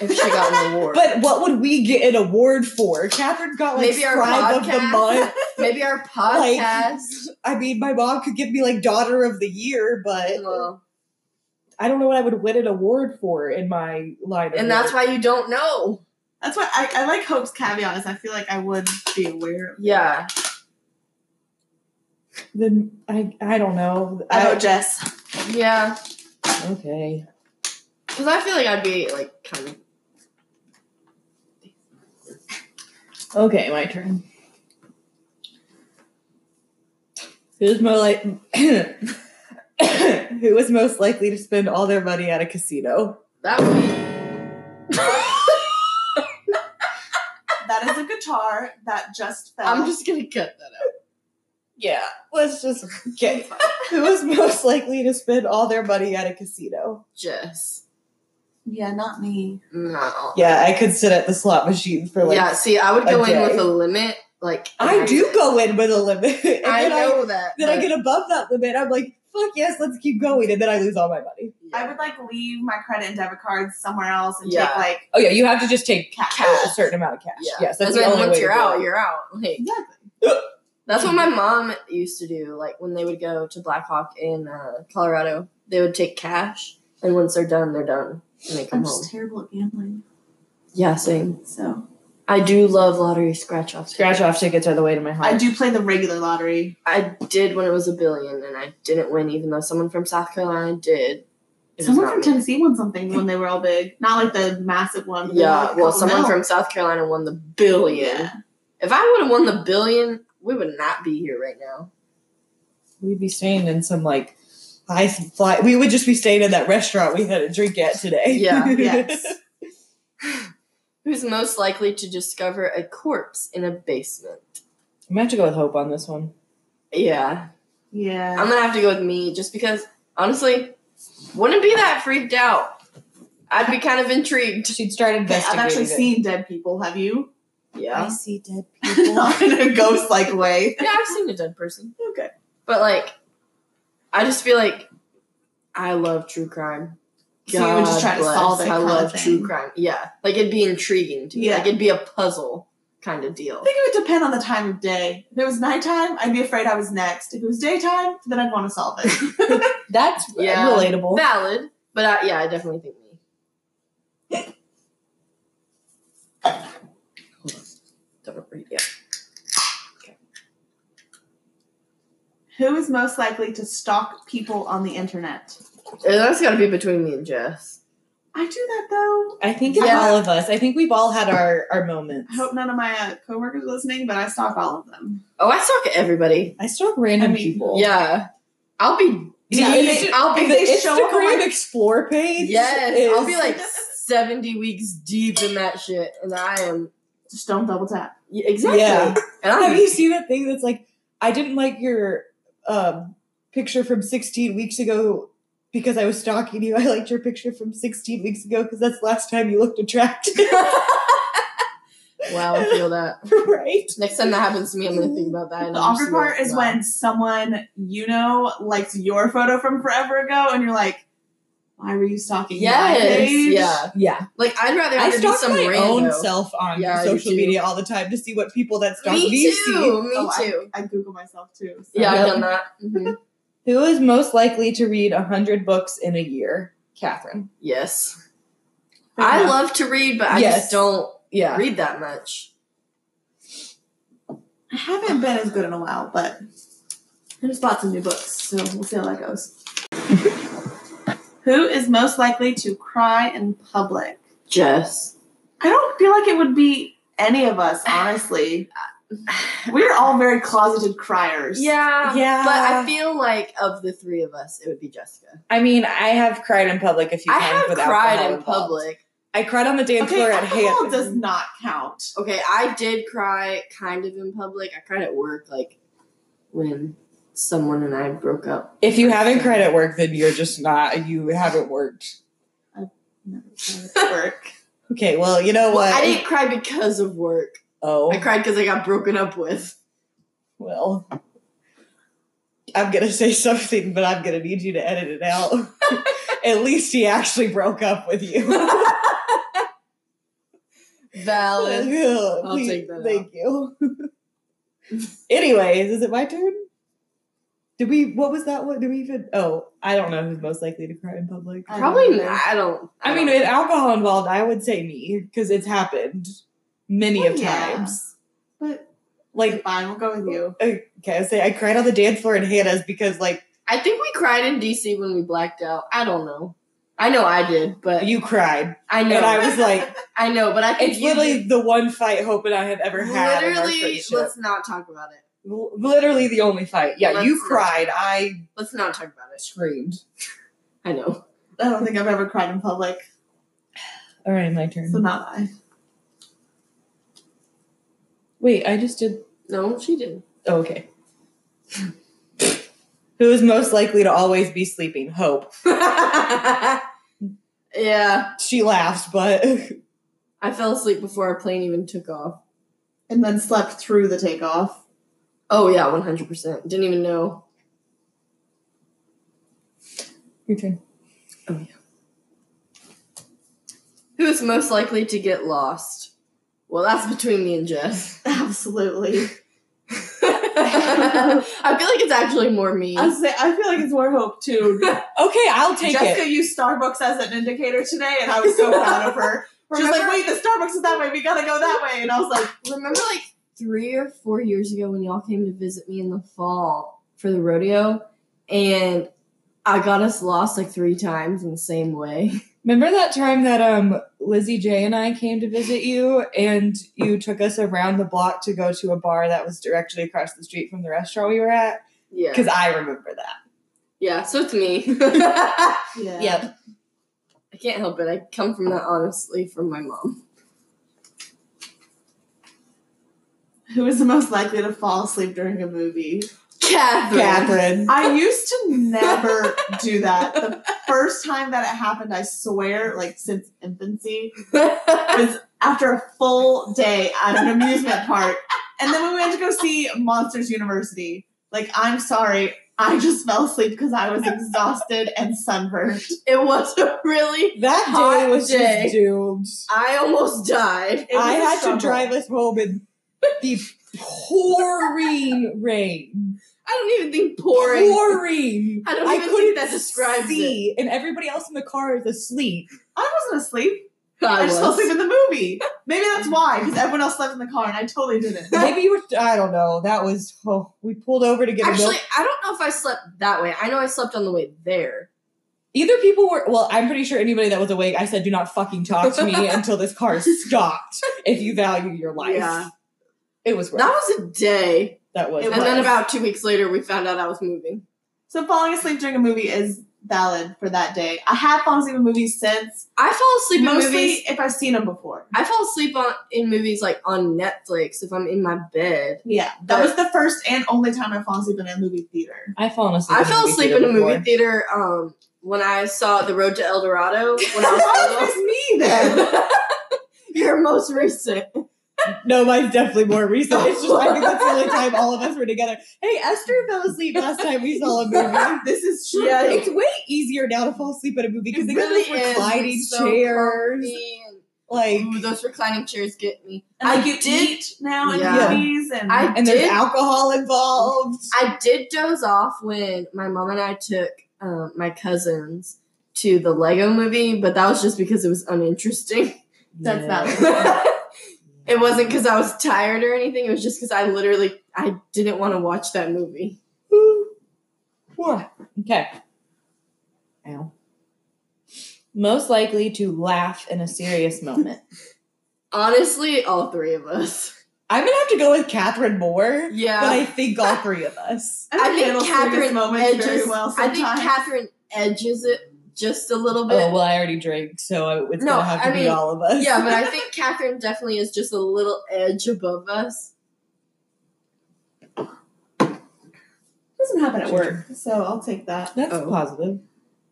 A: if she got an award.
B: But what would we get an award for? Catherine got like
A: Maybe our
B: Scribe of the
A: podcast.
B: Month.
A: maybe our podcast.
B: I mean, my mom could give me like Daughter of the Year, but
A: well,
B: I don't know what I would win an award for in my line. of
A: and that's
B: work.
A: why you don't know.
C: That's why I, I like Hope's caveat is I feel like I would be aware of
A: Yeah.
B: then I I don't know.
C: I know Jess.
A: Yeah.
B: okay.
A: Because I feel like I'd be like kind of.
B: Okay, my turn. Who's more like who is most likely to spend all their money at a casino?
A: That would be.
C: That is a guitar that just fell.
A: I'm just gonna cut that out.
B: Yeah, let's just get who is most likely to spend all their money at a casino?
A: Jess.
C: yeah, not me.
A: No.
B: Yeah, I could sit at the slot machine for like
A: yeah. See, I would
B: a
A: go in with
B: day.
A: a limit. Like
B: I do go in with a limit. And
A: I
B: then
A: know that.
B: then I
A: but-
B: get above that limit. I'm like, fuck yes, let's keep going. And then I lose all my money.
C: I would like leave my credit and debit cards somewhere else and
A: Yeah.
C: take like
B: Oh yeah, you have to just take
C: cash.
B: a certain amount of cash.
A: Yeah.
B: Yes, that's
A: and
B: the
A: then
B: only
A: once
B: way
A: you're
B: to do
A: out,
B: it.
A: you're out. Like
C: Exactly.
A: that's what my mom used to do. Like when they would go to Black Hawk in uh, Colorado, they would take cash, and once they're done, they're done, and they come
C: I'm
A: home.
C: just terrible at gambling.
A: Yeah, same.
C: So
A: I do love lottery scratch offs.
B: scratch off tickets are the way to my heart.
C: I do play the regular lottery.
A: I did when it was a billion, and I didn't win, even though someone from South Carolina did. It was
C: Someone
A: not
C: from
A: me.
C: Tennessee won something when they were all big. Not like the massive one. but
A: Yeah,
C: like a
A: well,
C: couple
A: someone
C: mil.
A: from South Carolina won the billion.
C: Yeah.
A: If I would have won the billion, we would not be here right now.
B: We'd be staying in some like high fly. We would just be staying in that restaurant we had a drink at today.
A: Yeah,
C: yes.
A: Who's most likely to discover a corpse in a basement?
B: I'm gonna have to go with Hope on this one.
A: Yeah,
C: Yeah.
A: I'm gonna have to go with me just because honestly, wouldn't be that freaked out. I'd be kind of intrigued.
B: She'd start
C: Okay, I've
B: investigating.
C: actually
B: it.
C: seen dead people. Have you?
A: Yeah,
B: see dead
C: Not in a ghost like way.
A: yeah, I've seen a dead person.
C: Okay.
A: But like, I just feel like I love true crime.
C: So you would just
A: God
C: try to
A: bless,
C: solve it
A: I
C: kinda
A: love
C: thing.
A: true crime. Yeah, like it'd be intriguing to me.
C: Yeah.
A: Like it'd be a puzzle kind of deal.
C: I think it would depend on the time of day. If it was nighttime, I'd be afraid I was next. If it was daytime, then I'd want to solve it.
B: That's
A: Yeah.
B: relatable.
A: Valid, but I, yeah, I definitely think me. Hold on. Don't read yet.
C: Who is most likely to stalk people on the internet?
A: And that's got to be between me and Jess.
C: I do that though.
B: I think it's
A: Yeah.
B: all of us. I think we've all had our our moments.
C: I hope none of my uh, coworkers are listening, but I stalk all of them.
A: Oh, I stalk everybody.
B: I stalk random
C: I mean,
B: people.
A: Yeah, I'll be.
B: Yeah,
A: deep-
B: if it-
A: I'll be.
B: The
C: They show up on
B: Instagram
C: my-
B: explore page.
A: Yes,
B: is-
A: I'll be like seventy weeks deep in that shit, and I am
C: Just don't double tap.
A: y- exactly.
B: Yeah.
A: And
B: Have
A: I'm
B: you seen that thing that's like, I didn't like your um, picture from 16 weeks ago because I was stalking you. I liked your picture from 16 weeks ago because that's the last time you looked attractive,
A: wow. I feel that.
B: right?
A: Next time that happens to me, I'm gonna think about that. and
C: The
A: I'm just
C: awkward part
A: gonna-
C: is
A: wow.
C: when someone you know likes your photo from forever ago, and you're like, "Why were you stalking?" my
A: Yes.
C: page?"
A: Yeah.
B: Yeah.
A: Like I'd rather
B: I
A: have to do
B: stalk
A: some
B: my
A: random.
B: own self on
A: Yeah, you
B: social
A: do.
B: media all the time to see what people that stalk
A: Me
B: me,
A: too.
B: see.
A: Me
C: Oh, I-
A: too.
C: I, Google myself too. so-
A: yeah,
B: Yep.
A: I've done that.
B: Mm-hmm.
A: Mhm.
B: Who is most likely to read 100 books in a year? Catherine.
A: Yes.
C: Fair
A: I
C: enough.
A: love to read, but I
B: Yes.
A: just don't
B: Yeah.
A: read that much.
C: I haven't been as good in a while, but I just bought some new books, so we'll see how that goes. Who is most likely to cry in public?
A: Jess.
C: I don't feel like it would be any of us, honestly. We're all very closeted criers.
A: Yeah.
B: Yeah.
A: But I feel like of the three of us, it would be Jessica.
B: I mean, I have cried in public a few
A: I
B: times
A: have
B: without
A: cried
B: alcohol
A: in
B: involved.
A: public.
B: I cried on the dance
C: Okay,
B: floor at
C: alcohol
B: Hampton.
C: does not count.
A: Okay, I did cry kind of in public. I cried at work, like when someone and I broke up.
B: If you haven't cried at work, then you're just not, you haven't worked.
C: Never cried at work.
B: Okay, well, you know
A: Well,
B: what?
A: I didn't cry because of work.
B: oh,
A: I cried because I got broken up with.
B: well, I'm gonna say something, but I'm gonna need you to edit it out. At least he actually broke up with you.
A: Valid.
B: Ugh,
C: I'll take that
B: Thank you. Anyways, is it my turn? Did we? What was that? What did we even? Oh, I don't know who's most likely to cry in public.
C: I
A: Probably
C: don't know.
A: not. I don't.
B: I mean,
A: don't-
B: with alcohol involved, I would say me because it's happened many
A: Oh,
C: Well,
B: of
C: yeah.
B: times.
C: But
B: Like,
C: fine, we'll go with you.
B: okay, I say I cried on the dance floor in Hannah's because like
A: I think we cried in DC when we blacked out. I don't know. I know I did, but
B: you cried,
A: I know.
B: and I was like,
A: I know, but I think
B: it's
A: you
B: literally
A: did-
B: the one fight Hope and I have ever had. in our
A: literally.
B: friendship.
A: Let's not talk about it.
B: L- literally the only fight. Yeah,
A: Let's
B: you
A: not-
B: cried. I
A: Let's not talk about it.
B: screamed.
A: I know.
C: I don't think I've ever cried in public,
B: All right, my turn.
C: so not I.
B: Wait, I just did.
A: No, she didn't.
B: Oh, okay. Who is most likely to always be sleeping? Hope.
A: yeah,
B: She laughs, but
A: I fell asleep before our plane even took off.
C: And then slept through the takeoff.
A: Oh yeah, one hundred percent. Didn't even know.
B: your turn.
A: Who is most likely to get lost? Well, that's between me and Jess.
C: Absolutely.
A: I feel like it's actually more me.
C: I say I feel like it's more hope too.
B: Okay, I'll take
C: Jessica
B: it.
C: used Starbucks as an indicator today, and I was so proud of her. She was like,
A: Remember-
C: "Wait, the Starbucks is that way. We gotta go that way." And I was like,
A: remember like three or four years ago when y'all came to visit me in the fall for the rodeo and I got us lost like three times in the same way.
B: Remember that time that um Lizzie J and I came to visit you, and you took us around the block to go to a bar that was directly across the street from the restaurant we were at?
A: Yeah.
B: Because I remember that.
A: Yeah, so it's me. I
C: "Yeah,
B: Yep.
A: can't help it. I come from that honestly from my mom.
C: who is the most likely to fall asleep during a movie?"
A: Catherine.
B: Catherine.
C: I used to never do that. The first time that it happened, I swear, like since infancy, was after a full day at an amusement park. And then when we went to go see Monsters University, like, I'm sorry, I just fell asleep because I was exhausted and sunburned.
A: it was a really
B: That
A: Hot
B: day was
A: day.
B: just doomed.
A: I almost died.
C: It was
B: I
C: a
B: had
C: struggle.
B: to drive us home in the pouring rain.
A: I don't even think pouring.
B: Pouring.
A: I don't even think that describes
B: see, and everybody else in the car is asleep.
C: I wasn't asleep.
A: I,
C: I, just fell
A: was.
C: asleep in the movie. Maybe that's why, because everyone else slept in the car and I totally didn't.
B: Maybe you were, I don't know. That was, oh, we pulled over to get a
A: Actually,
B: milk.
A: I don't know if I slept that way. I know I slept on the way there.
B: Either people were, well, I'm pretty sure anybody that was awake, I said, do not fucking talk to me until this car stopped if you value your life.
A: Yeah.
B: It was rough.
A: That was a day.
B: that was
C: It
A: and
B: rough.
A: then about two weeks later, we found out I was moving.
C: So falling asleep during a movie is valid for that day. I have fallen asleep in movies since.
A: I fall asleep
C: Mostly
A: in movies.
C: if I've seen them before.
A: I fall asleep on in movies like on Netflix if I'm in my bed.
C: Yeah, that
A: But-
C: was the first and only time I fall asleep in a movie theater.
B: I've fallen asleep.
A: I
B: in a
A: fell
B: movie
A: asleep in
B: theater
A: a movie
B: before.
A: theater um, when I saw The Road to El Dorado when
C: that
A: I
C: was me
A: was
C: then.
A: little. Your most recent.
B: No, mine's definitely more recent. It's just I think that's the only time all of us were together. Hey, Esther fell asleep last time we saw a movie.
C: this is true.
A: Yeah,
B: It's way easier now to fall asleep at a movie because
A: It
B: they really
A: really
B: got
A: is.
B: those reclining
A: It's so
B: chairs.
A: comfy and-
B: Like,
A: Ooh, those reclining chairs get me.
C: And,
A: I
C: like you
A: did.
C: eat now in
A: Yeah.
C: movies, and
A: I
B: and there's
A: did-
B: alcohol involved.
A: I did doze off when my mom and I took um, my cousins to the Lego movie, but that was just because it was uninteresting.
C: That's valid.
A: it wasn't because I was tired or anything. It was just because I literally I didn't want to watch that movie.
B: What? Okay. Ow. Most likely to laugh in a serious moment.
A: Honestly, all three of us.
B: I'm gonna have to go with Catherine Moore,
A: Yeah,
B: but I think all three of us.
C: don't
A: I think
C: handle serious
A: Catherine
C: moments
A: edges.
C: very well.
A: I think
C: sometimes.
A: Catherine edges it just a little bit.
B: Oh well, I already drank, so it's
A: No,
B: gonna have to
A: I
B: be
A: mean,
B: all of us.
A: yeah, but I think Catherine definitely is just a little edge above us.
C: doesn't happen at work, so I'll take that.
B: That's
A: Oh.
B: positive.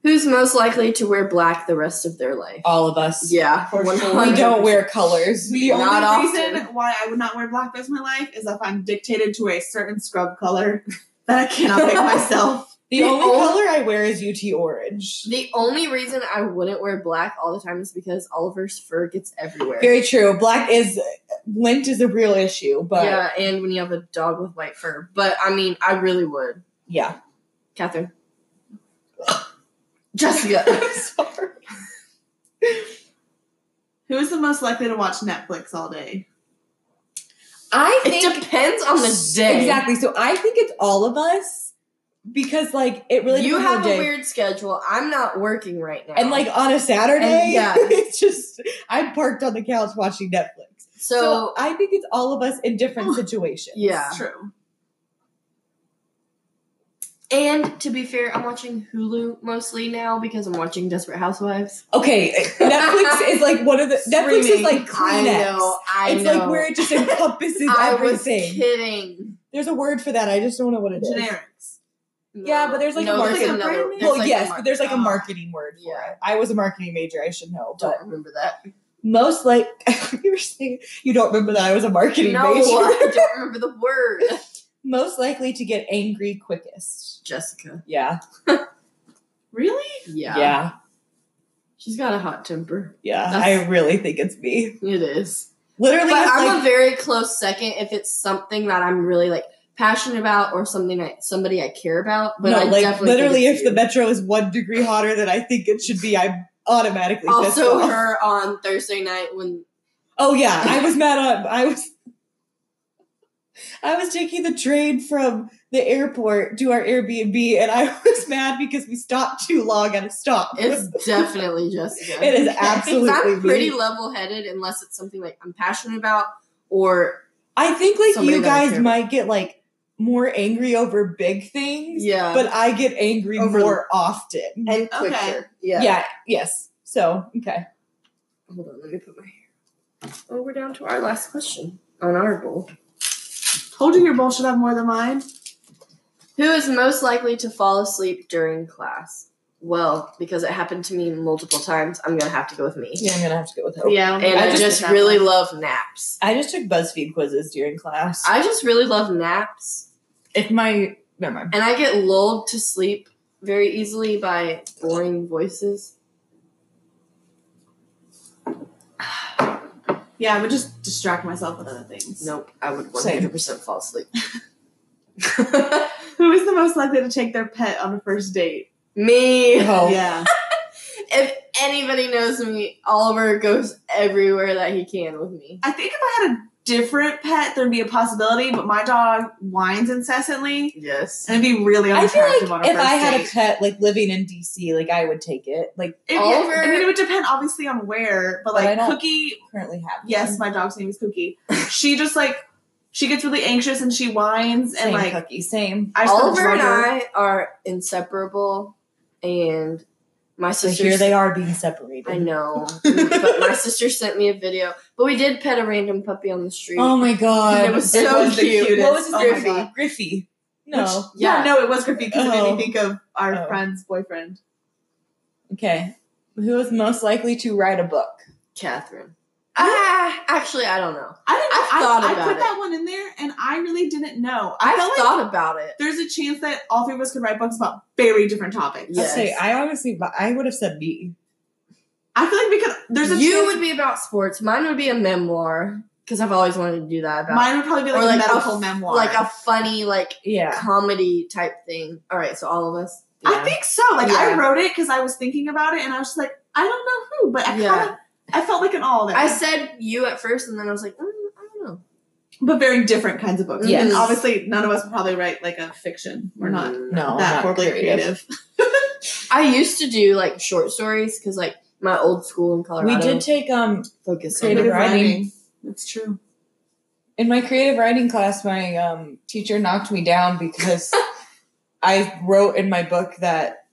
A: Who's most likely to wear black the rest of their life?
B: All of us.
A: Yeah,
C: For sure.
A: 100%.
B: We don't wear colors.
C: The
B: We
C: only
A: Not
C: reason
A: often.
C: why I would not wear black the rest of my life is if I'm dictated to a certain scrub color that I cannot pick myself.
B: The only
A: only-
B: color I wear is UT orange.
A: The only reason I wouldn't wear black all the time is because Oliver's fur gets everywhere.
B: Very true. Black is lint is a real issue, but yeah.
A: yeah, and when you have a dog with white fur. But I mean, I really would. Catherine. Jessica.
B: I'm sorry.
C: Who is the most likely to watch Netflix all day?
B: I
A: it depends on the day.
B: Exactly. So I think it's all of us because like it really
A: you
B: depends on
A: have
B: the
A: a
B: day.
A: weird schedule. I'm not working right now.
B: and like on a Saturday,
A: And, yeah.
B: it's just I'm parked on the couch watching Netflix.
A: so,
B: I think it's all of us in different situations.
A: Yeah.
C: It's true.
A: and to be fair, I'm watching Hulu mostly now because I'm watching Desperate Housewives.
B: Okay. eh, Netflix is like one of the Netflix is
A: Screaming.
B: like Kleenex.
A: I know. I
B: it's
A: know.
B: like where it just encompasses
A: I was
B: everything.
A: kidding.
B: There's a word for that. I just don't know what it is.
C: Generics.
B: Yeah, but there's, like, a market-
A: there's another-
C: Well,
A: there's,
B: Well,
A: like, a
B: yes,
A: market.
B: but there's like a
C: uh,
B: marketing word for
A: yeah.
B: it. I was a marketing major. I should know, but
A: Don't remember that.
B: most like you were saying, you don't remember that I was a marketing
A: No,
B: major.
A: I don't remember the word.
B: most likely to get angry quickest.
A: Jessica.
B: Yeah.
C: Really?
A: Yeah.
B: Yeah.
A: She's got a hot temper.
B: Yeah.
A: That's-
B: I really think it's me.
A: It is.
B: Literally,
A: But
B: it's
A: I'm
B: like,
A: a very close second if it's something that I'm really like passionate about or something that somebody I care about. But
B: no,
A: I
B: like
A: definitely think
B: literally,
A: it's
B: if the
A: you.
B: metro is one degree hotter than I think it should be, I'm automatically pissed
A: also
B: off.
A: her on Thursday night when
B: Oh yeah, I was mad on. I was. I was taking the train from the airport to our Airbnb, and I was mad because we stopped too long at a stop.
A: it's definitely Jessica.
B: It is
A: Because
B: absolutely.
A: I'm pretty
B: me.
A: level headed unless it's something like I'm passionate about or
B: I think like
A: Somebody
B: you
A: that I
B: guys
A: care
B: might get like more angry over big things,
A: yeah.
B: but I get angry
A: Over-
B: more often.
A: and
C: Okay.
A: quicker.
B: yeah.
A: Yeah.
B: Yes. So okay.
A: Hold on, let me put my hair. Oh, we're down to our last question. Honorable.
C: Holding your bowl should have more than mine.
A: Who is most likely to fall asleep during class? Well, because it happened to me multiple times, I'm gonna have to go with me.
B: Yeah, I'm gonna have to go with hope.
C: Yeah.
A: And I, just, really love naps.
B: I just took BuzzFeed quizzes during class.
A: I just really love naps.
B: if my never mind.
A: And I get lulled to sleep very easily by boring voices.
C: Yeah, I would just distract myself with other things.
A: Nope, I would
B: Same.
A: 100% fall asleep.
C: Who is the most likely to take their pet on a first date?
A: me.
C: Uh-huh.
B: Oh.
C: Yeah.
A: If anybody knows me, Oliver goes everywhere that he can with me.
C: I think if I had a different pet, there'd be a possibility, but my dog whines incessantly
A: Yes.
C: and it'd be really
B: I feel
C: unattractive on
B: like
C: a
B: if
C: first
B: I had a
C: date.
B: pet like living in DC, like I would take it. Like
C: It, yeah,
A: Oliver-
C: I mean, it would depend obviously on where, but
B: But I
C: like
B: don't-
C: Cookie,
B: currently have.
C: yes,
B: one.
C: my dog's name is Cookie. she just like she gets really anxious and she whines and
B: same
C: like
B: cookie, same.
C: I just wanna
A: Oliver and
C: drug her.
A: I are inseparable, and my
B: So
A: sister.
B: here they are being separated.
A: I know, but my sister sent me a video. But we did pet a random puppy on the street.
B: Oh my god,
A: And it was
B: That
A: so
B: the
A: cute.
B: cutest. What was his
C: Oh my
B: Griffey?
C: God.
B: Griffey. No.
C: Which- yeah.
A: Yeah.
C: no, it was Griffey because it made
B: Oh.
C: me think of our
B: Oh.
C: friend's boyfriend.
B: Okay. Who is most likely to write a book?
A: Catherine. Ah, actually, I don't know.
C: I didn't.
A: I
C: I,
A: thought
C: I
A: about
C: put
A: it.
C: that one in there, and I really didn't know. I,
A: I
C: felt like
A: thought about it.
C: there's a chance that all three of us could write books about very different topics.
A: Yes.
B: I'll say I honestly I would have said me.
C: I feel like we could. There's a
A: you
C: chance
A: would be about sports. Mine would be a memoir because I've always wanted to do that. About
C: mine would probably be
A: or
C: like,
A: like
C: a
A: a
C: medical memoir.
A: like a funny like
B: Yeah.
A: comedy type thing. All right, so all of us.
C: I think so. Like I
A: Yeah.
C: wrote it because I was thinking about it, and I was just like, I don't know who, but I
A: Yeah.
C: kind of I felt like an all there,
A: I said you at first, and then I was like, mm, I don't know.
C: but very different kinds of books.
B: Yes.
C: And obviously, none of us would probably write like a fiction. We're not
A: Mm.
B: No.
C: that
B: not
C: horribly
B: creative.
C: creative.
A: I used to do like short stories because like my old school in Colorado
B: We did take um
A: focus
B: Creative
A: on
B: writing.
C: That's true.
B: in my creative writing class my um, teacher knocked me down because i wrote in my book that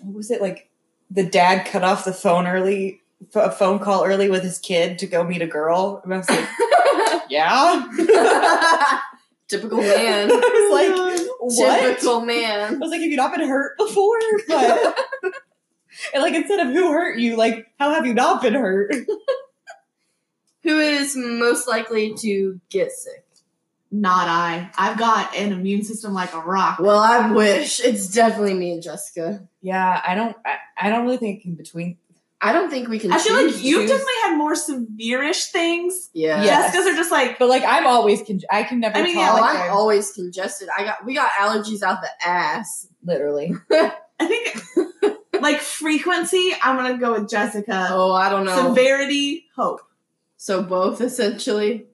B: what was it like the dad cut off the phone early f- a phone call early with his kid to go meet a girl and i was like yeah
A: typical man.
B: i was like what
A: Typical
B: i
A: man.
B: was like have you not been hurt before but and like instead of who hurt you like how have you not been hurt
A: Who is most likely to get sick?
C: Not I. I've got an immune system like a rock.
A: Well, I wish. It's definitely me and Jessica.
B: Yeah, I don't. I, I don't really think in between.
A: I don't think we can.
C: I feel like
A: choose.
C: you've
B: choose.
C: definitely had more severe-ish things.
A: Yeah.
B: Yeah. Yes.
C: Jessica's are just like
B: But like, I'm always. Con- I can never.
C: I mean,
B: tell,
C: yeah,
A: Oh,
B: like,
C: like-
A: I'm always congested. I got we got allergies out the ass.
B: literally.
C: I think like frequency. I'm gonna go with Jessica.
A: Oh, I don't know.
C: Severity, hope.
A: so both essentially.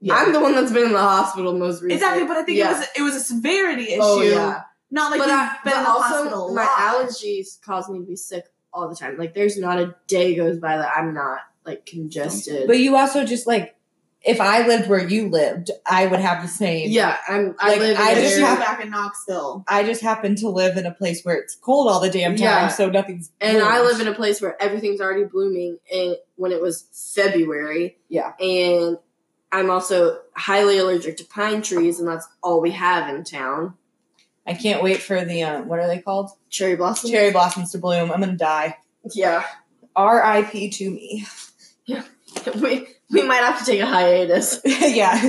B: Yeah.
A: I'm the one that's been in the hospital most recently.
C: Exactly, but I think
A: Yeah.
C: it was it was a severity issue,
A: Oh yeah.
C: not like
A: but
C: you've
A: I,
C: been
A: but
C: in the hospital
A: also
C: a
A: my
C: lot.
A: allergies cause me to be sick all the time. Like there's not a day goes by that I'm not like congested.
B: But you also just like, if I lived where you lived, I would have the same.
A: yeah, I'm. I
B: Like,
A: live.
B: I
C: I
A: in
C: just
A: there,
C: moved back in Knoxville.
B: I just happen to live in a place where it's cold all the damn time,
A: Yeah.
B: so nothing's.
A: and I
B: bloomed.
A: live in a place where everything's already blooming. And when it was February,
B: Yeah.
A: and I'm also highly allergic to pine trees, and that's all we have in town.
B: I can't wait for the uh, what are they called?
A: Cherry blossom.
B: Cherry blossoms to bloom. I'm gonna die.
A: Yeah,
B: R.I.P. to me.
A: we we might have to take a hiatus.
B: yeah.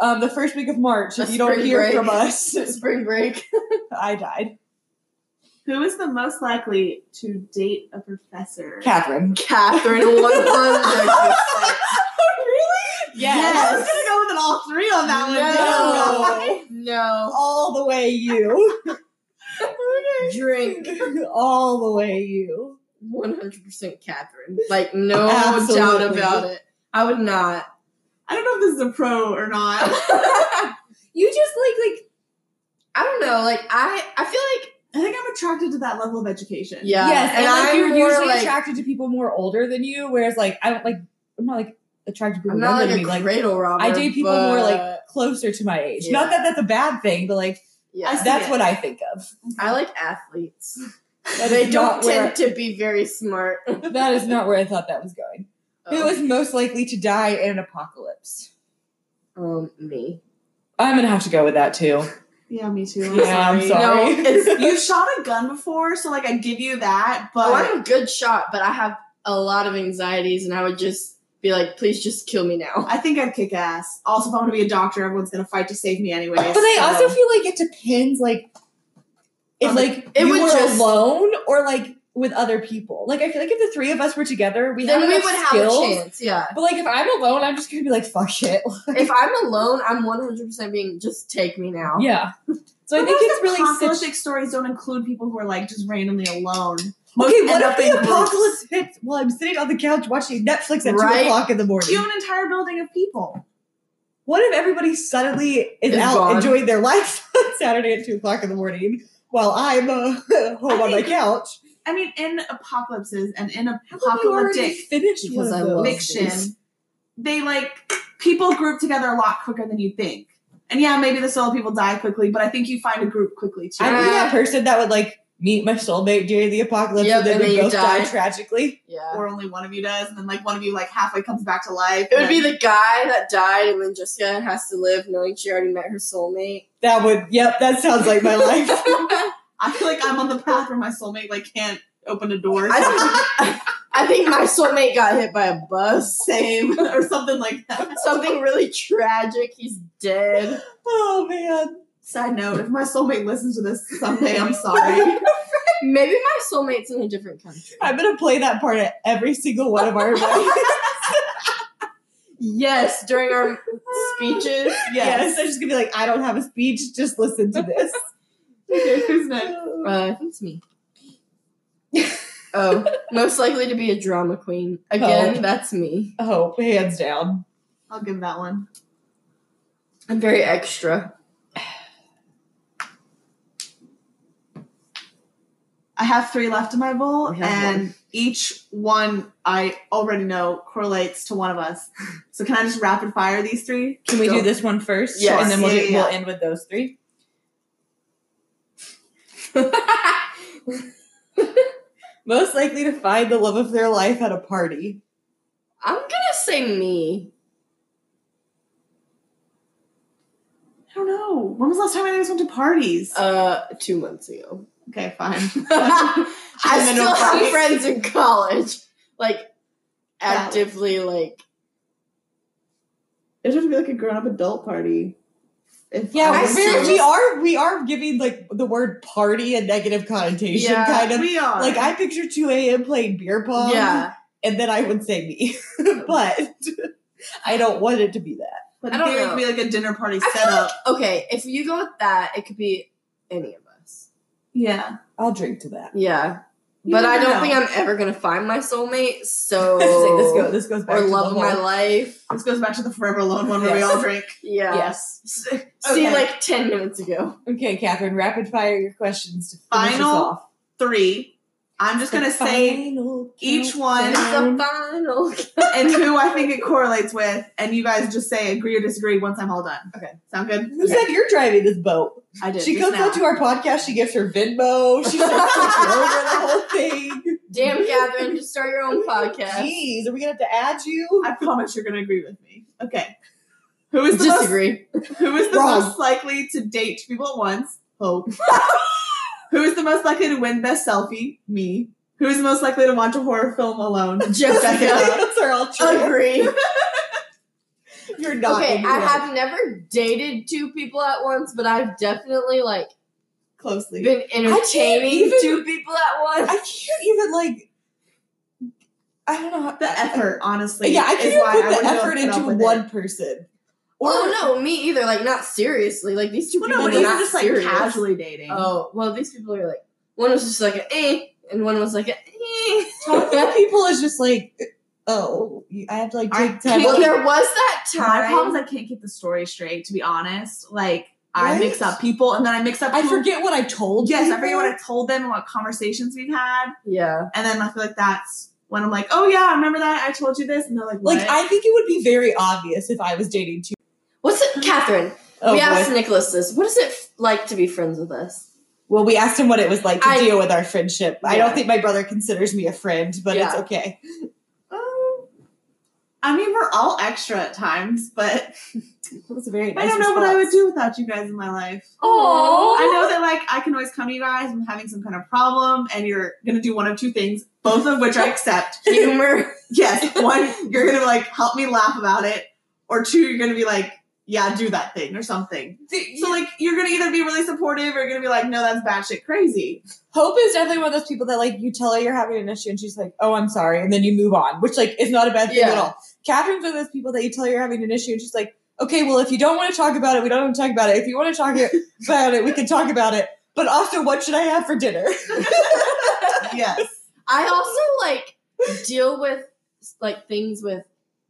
B: um, the first week of March. If
A: A
B: you don't
A: spring
B: hear
A: break.
B: from us,
A: Spring break.
B: I died.
C: Who is the most likely to date a professor?
B: Catherine.
A: Catherine one
C: I was gonna go with an all three on that one.
A: No.
C: too.
A: No.
B: All the way you.
A: Drink
B: All the way you.
A: one hundred percent Catherine. Like no doubt
B: Absolutely.
A: about it. I would not.
C: I don't know if this is a pro or not.
A: I
B: You just like like
A: don't know. Like I I feel like
C: I think I'm attracted to that level of education.
A: Yeah.
B: yes,
A: and
B: and, like
A: I'm
B: you're
A: more,
B: usually
A: like-
B: attracted to people more older than you, whereas like I don't like I'm not like attracted to people
A: I'm not
B: younger
A: like a
B: than me. Like
A: cradle robber.
B: I date people more
A: but-
B: like closer to my age.
A: Yeah.
B: Not that that's a bad thing, but like
A: yeah.
C: I see
B: that's
C: it.
B: what I think of.
A: I like athletes.
B: That
A: they
B: is
A: don't
B: not where-
A: tend to be very smart.
B: That is not where I thought that was going.
A: Oh.
B: Who is most likely to die in an apocalypse?
A: um me?
B: I'm gonna have to go with that too.
C: Yeah, me too. I'm
B: Yeah, I'm
C: sorry.
B: sorry.
A: No, it's
C: You've shot a gun before, so like I give you that, but
A: oh, I'm a good shot, but I have a lot of anxieties, and I would just be like, please just kill me now.
C: I think I'd kick ass. Also, if I'm gonna be a doctor, everyone's gonna fight to save me anyway.
B: But I also feel like it depends, like if
C: Um,
B: like
A: it
B: you
A: would
B: were
A: just-
B: alone or like with other people. Like I feel like if the three of us were together, we
A: then
B: have
A: we
B: enough
A: would have
B: skills.
A: a chance, yeah.
B: But like if I'm alone, I'm just gonna be like, fuck it.
A: if I'm alone, I'm 100% being just take me now.
B: yeah. So I think it's really
C: apocalyptic
B: situ-
C: stories don't include people who are like just randomly alone.
B: okay. What
C: end
B: if
C: up in
B: the
C: groups.
B: apocalypse hits while I'm sitting on the couch watching Netflix at two
A: Right?
B: o'clock in the morning?
C: You have an entire building of people.
B: What if everybody suddenly is
A: Is
B: out
A: gone.
B: enjoying their life on Saturday at two o'clock in the morning while I'm uh, home on my
C: think-
B: couch?
C: I mean, in apocalypses and in
B: How come you already
C: apocalyptic
B: finished
A: Because
B: one
A: I
B: of those?
A: love
C: fiction,
A: these.
C: they like people group together a lot quicker than you think. And yeah, maybe the solo people die quickly, but I think you find a group quickly too.
B: I'd
A: I-
B: be that person that would like meet my soulmate during the apocalypse
A: Yep,
B: and then
A: and
B: we
A: then you
B: both die.
A: die.
B: tragically.
A: Yeah.
C: or only one of you does, and then like one of you like halfway comes back to life.
A: It would be the guy that died and then Jessica has to live knowing she already met her soulmate.
B: That would, yep, that sounds like my life.
C: I feel like I'm on the path where my soulmate like can't open a door
A: I think, I think my soulmate got hit by a bus.
C: same or something like that.
A: Something really tragic. He's dead.
B: Oh man.
C: Side note, if my soulmate listens to this someday, I'm sorry.
A: Maybe my soulmate's in a different country.
B: I'm gonna play that part at every single one of our weddings.
A: Yes, during our speeches.
B: yes. I'm just gonna be like, I don't have a speech, just listen to this.
C: okay, who's next?
A: Uh, I think it's me. oh, most likely to be a drama queen. Again,
B: Oh.
A: that's me.
B: Oh, hands down.
C: I'll give that one.
A: I'm very extra.
C: I have three left in my bowl,
A: We
C: and
A: have
C: each one I already know correlates to one of us. So can I just rapid fire these three?
B: Can we
A: Go.
B: do this one first?
A: Yes.
B: And then we'll,
C: Yeah,
B: do,
C: yeah,
B: we'll
C: yeah.
B: end with those three. Most likely to find the love of their life at a party.
A: I'm gonna say me.
C: I don't know. When was the last time anyone went to parties?
A: Uh, two months ago.
C: okay, fine.
A: I
C: And then
A: still
C: a
A: have
C: fight.
A: friends in college, like
C: Valid.
A: actively, like
C: It would be like a grown up adult party. If
B: Yeah,
C: I
A: I
B: we're
C: was
A: see.
B: very-
C: serious.
B: we are we are giving like the word party a negative connotation,
A: Yeah.
B: kind of.
C: we are.
B: Like I picture two a.m. playing beer pong,
A: yeah.
B: and then I would say me, but I don't want it to be that.
C: but
A: I don't
C: there
A: know.
C: would be like a dinner party
A: I feel
C: set up.
A: Okay, if you go with that, it could be any of us.
C: Yeah.
B: I'll drink to that.
A: Yeah.
C: You
A: but I
C: never
A: don't
C: know.
A: think I'm ever gonna find my soulmate, so
B: It's like, this goes this goes back
A: Oh. or
B: to the
A: love of my
B: whole-
A: life.
C: This goes back to the forever alone one where we
B: Yes.
C: all drink.
A: Yeah.
B: Yes.
A: See
C: Okay.
A: like ten minutes ago.
B: Okay, Catherine, rapid fire your questions to finish
C: Final
B: us off.
C: Three. I'm just gonna say each one
A: It's the final
C: and who I think it correlates with, and you guys just say agree or disagree once I'm all done.
A: Okay.
C: Sound good?
B: Who said you're driving this boat?
C: I did.
B: She
C: just
B: comes
C: now.
B: out to our podcast. She gives her Venmo. She starts switching over the whole thing.
A: Damn Catherine, just start your own podcast.
B: Jeez, are we gonna have to add you?
C: I promise you're gonna agree with me. Okay. Who is the most
A: Disagree.
C: Who is the
B: Wrong.
C: most likely to date two people at once? Hope. Who is the most likely to win best selfie? Me. Who is the most likely to watch a horror film alone?
A: Jessica.
B: Those are all true.
A: Agree.
B: You're not.
A: Okay,
B: in
A: I
B: your-
A: have never dated two people at once, but I've definitely like
C: Closely.
A: been entertaining
B: even-
A: two people at once.
B: I can't even like. I don't know. How,
C: The effort, honestly.
B: yeah, I
C: is
B: can't even
C: why
B: put
C: I
B: the
C: would
B: effort
C: put up
B: into
C: with
B: one
C: It.
B: person. Or
A: oh no, me either. Like not seriously. Like these two
C: Well,
A: people
C: no,
A: were
C: but even
A: not
C: just like
A: serious.
C: casually dating.
A: Oh well, these people are like one was just like an eh, and one was like an eh.
B: talking to people is just like, oh, you- I have to like
C: I
B: take time.
C: can't-
A: Well, there was that
C: My problem
A: time.
C: is I can't keep the story straight. To be honest, like I
B: Right?
C: mix up people, and then I mix up.
B: I
C: who-
B: forget what I told.
C: Yes, I
B: people.
C: forget what I told them and what conversations we've had,
A: Yeah,
C: and then I feel like that's when I'm like, oh yeah, remember that I told you this, and they're like, what?
B: Like I think it would be very obvious if I was dating two.
A: what's it, Catherine?
B: Oh,
A: we
B: boy.
A: asked Nicholas this. What is it f- like to be friends with us?
B: well, we asked him what it was like to
A: I-
B: deal with our friendship. I
A: Yeah.
B: don't think my brother considers me a friend, but it's
A: Yeah.
B: okay.
C: Um, I mean, we're all extra at times, but
B: That was a very.
C: I
B: nice
C: don't know what I would
B: response.
C: do without you guys in my life.
A: Oh,
C: I know that, like, I can always come to you guys. I'm having some kind of problem, and you're gonna do one of two things, both of which I accept.
A: humor.
C: Yes, one, you're gonna like help me laugh about it, or two, you're gonna be like, yeah, do that thing or something. So, like, you're gonna either be really supportive or you're gonna be like, no, that's batshit crazy.
B: Hope is definitely one of those people that like you tell her you're having an issue and she's like, "Oh, I'm sorry," and then you move on, which like is not a bad thing
A: Yeah.
B: at all. Catherine's one of those people that you tell her you're having an issue and she's like, "Okay, well, if you don't want to talk about it, we don't want to talk about it. If you want to talk it- about it, we can talk about it." But also, what should I have for dinner?
C: Yes.
A: I also like deal with like things with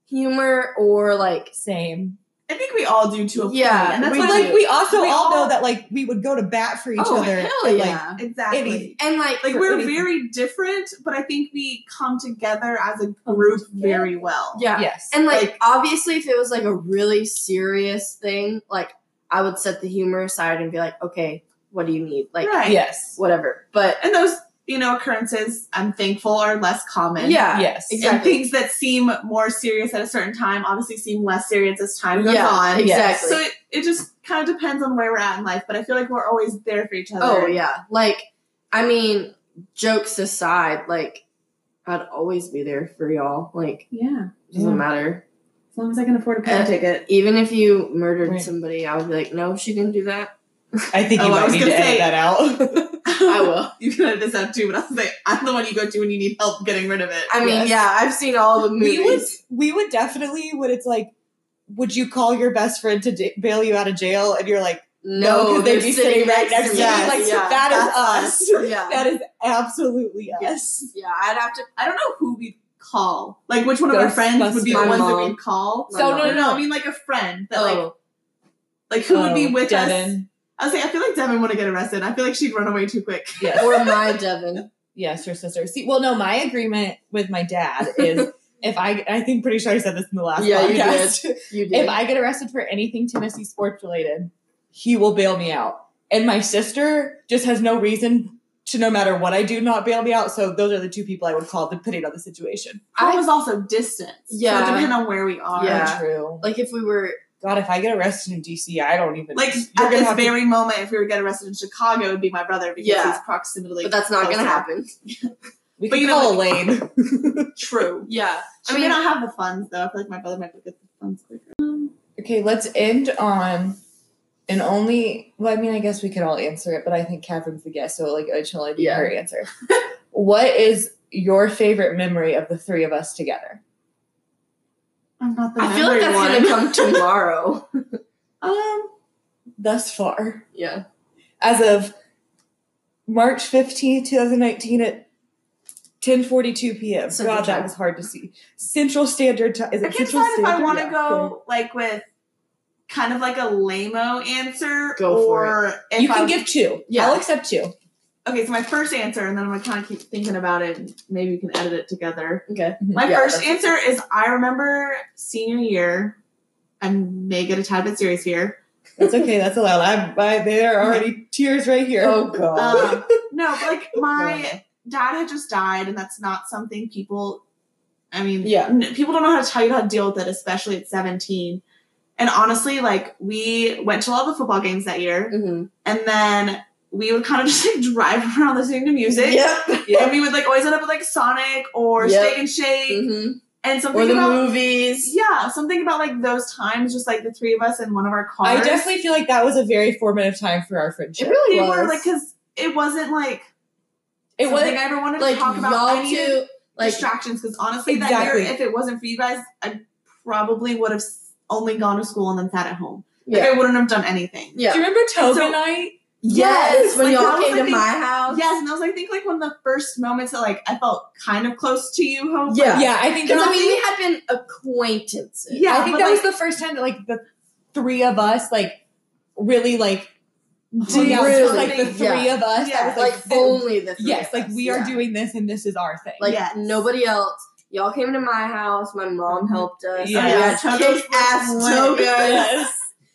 A: humor or like
B: Same.
C: I think we all do to a point,
A: Yeah,
C: and that's
A: we
B: But
C: why,
A: do.
B: like, we also
C: We
B: all
C: all-
B: know that like we would go to bat for each
A: oh
B: other.
A: hell
B: and, like,
A: yeah,
C: like, exactly.
B: Any-
A: and like
C: like
B: for
C: we're
B: anything.
C: very different, but I think we come together as a group very well.
A: yeah,
B: Yes.
A: And like,
C: Like-
A: obviously, if it was like a really serious thing, like I would set the humor aside and be like, okay, what do you need? Like
C: right.
B: yes.
A: whatever. But
C: And those, you know, occurrences I'm thankful are less common.
A: yeah,
B: Yes.
A: Exactly.
C: And things that seem more serious at a certain time obviously seem less serious as time goes
A: yeah,
C: on.
A: exactly.
B: Yes.
C: So it, it just kind of depends on where we're at in life, but I feel like we're always there for each other.
A: oh yeah, like I mean, jokes aside, like I'd always be there for y'all. Like
C: Yeah.
A: doesn't
B: Yeah.
A: matter.
C: As long as I can afford a plane
A: Uh,
C: ticket.
A: Even if you murdered
B: Right.
A: somebody, I would be like, no, she didn't do that.
B: I think you
C: Oh, I
B: might
C: was
B: need
C: gonna
B: to edit
C: say-
B: that out.
A: I will.
C: You can edit this out too, but I was like, I'm the one you go to when you need help getting rid of it.
A: I mean,
B: Yes.
A: yeah, I've seen all the movies.
B: we would we would definitely when it's like, would you call your best friend to j- bail you out of jail? And you're like, no,
A: no,
B: because they'd be sitting right next to
A: me.
B: you.
C: Yes,
B: Like
A: yeah.
B: that is us.
A: yeah.
B: That is absolutely us.
A: Yes. Yeah, I'd have to.
C: I don't know who we'd call. Like which one of our
B: Those
C: friends would be the
A: Ghostbusters.
C: ones
A: My
C: that
A: mom.
C: we'd call.
A: My mom.
C: no, no, no. I mean like a friend that like
A: Oh.
C: like who would be
B: Oh,
C: with us.
B: Devin.
C: I was like, I feel like Devin wouldn't get arrested. I feel like she'd run away too quick.
B: Yes.
A: or my Devin.
B: Yes, your sister. See, well, no, my agreement with my dad is if I, I think pretty sure I said this in the last
A: Yeah, you
B: podcast.
A: You did.
B: if I get arrested for anything Tennessee sports related, he will bail me out. And my sister just has no reason to, no matter what I do, not bail me out. So those are the two people I would call depending on the situation.
C: I was also distance.
A: Yeah.
C: So it depends on where we are.
A: Yeah.
B: True.
A: like if we were
B: God, if I get arrested in DC, I don't even
C: Like
B: You're
C: at
B: gonna
C: this
B: have to-
C: very moment, if we were to get arrested in Chicago, it would be my brother because
A: Yeah.
C: he's proximity.
A: but that's not
C: close
A: gonna
C: up.
A: happen.
B: we
C: but
B: can
C: you know,
B: call Elaine.
C: True.
A: Yeah.
C: She
A: I
C: may
A: mean
C: not have the funds though. I feel like my brother might get the funds quicker.
B: Okay, let's end on an only. Well, I mean, I guess we could all answer it, but I think Catherine's the guest, so like I should let you
A: Yeah.
B: her answer. what is your favorite memory of the three of us together?
C: I'm not the
A: I feel like that's
C: one.
A: gonna come tomorrow.
B: Um, thus far,
A: yeah.
B: as of March fifteenth, two 2019, at 10:42 p.m.
A: Central
B: God, that
A: Time.
B: was hard to see. Central Standard Time. Is
C: I
B: it
C: can
B: Central
C: decide if I
B: Standard?
C: want to
B: Yeah.
C: go like with kind of like a lameo answer
A: Go for
C: or if
B: You can
C: I,
B: give two.
A: Yeah.
B: I'll accept two.
C: okay. So my first answer, and then I'm gonna kind of keep thinking about it. and Maybe we can edit it together.
A: Okay.
C: My
B: Yeah,
C: first
B: that's-
C: answer is I remember senior year. I may get a tad bit serious here.
B: That's okay. That's allowed. I'm. I, there are already tears right here.
A: Oh god.
C: Um, no, but, like my dad had just died, and that's not something people. I mean,
A: Yeah.
C: n- people don't know how to tell you how to deal with it, especially at 17. And honestly, like we went to all the football games that year,
A: Mhm.
C: and then we would kind of just like drive around listening to music.
A: Yep.
C: And we would like always end up with like Sonic or
A: Yep.
C: Steak and Shake
A: Mhm.
C: and something
A: Or the
C: about
A: movies.
C: Yeah, something about like those times, just like the three of us in one of our cars.
B: I definitely feel like that was a very formative time for our
A: It
B: friendship.
A: really
C: they
A: was.
C: were like because it wasn't like
B: It was.
C: something I ever wanted
A: like
C: to talk about. I
A: y'all
C: needed
A: two. Like
C: distractions because honestly,
B: Exactly.
C: that year, if it wasn't for you guys, I probably would have s- only gone to school and then sat at home.
A: yeah.
C: Like I wouldn't have done anything.
A: yeah.
B: Do you remember Toby
C: So-
B: night?
A: Yes, when
C: Like, that
A: y'all
C: was,
A: came
C: like,
A: to
C: the-
A: my house.
C: Yes, and that was I think like one of the first moments that like I felt kind of close to you, hope.
A: Yeah.
B: Yeah, I think.
A: Because I
B: That,
A: mean, we had been acquaintances.
C: Yeah,
B: I think
C: but,
B: that was
C: like,
B: the first time that like the three of us like really like
C: Hung
B: hung out.
C: out.
B: So, like the
C: Really?
B: three
A: Yeah.
B: of us.
C: Yeah,
B: That was
A: like,
B: like. the-
A: only the three
B: yes,
A: of
B: like
A: us.
B: we are
A: Yeah.
B: doing this, and this is our thing.
A: like
C: Yes.
A: nobody else. Y'all came to my house. My mom helped us.
B: Mm-hmm. Yeah.
A: we had
C: Togo's
A: kick ass
C: was
A: togas.
B: Yes.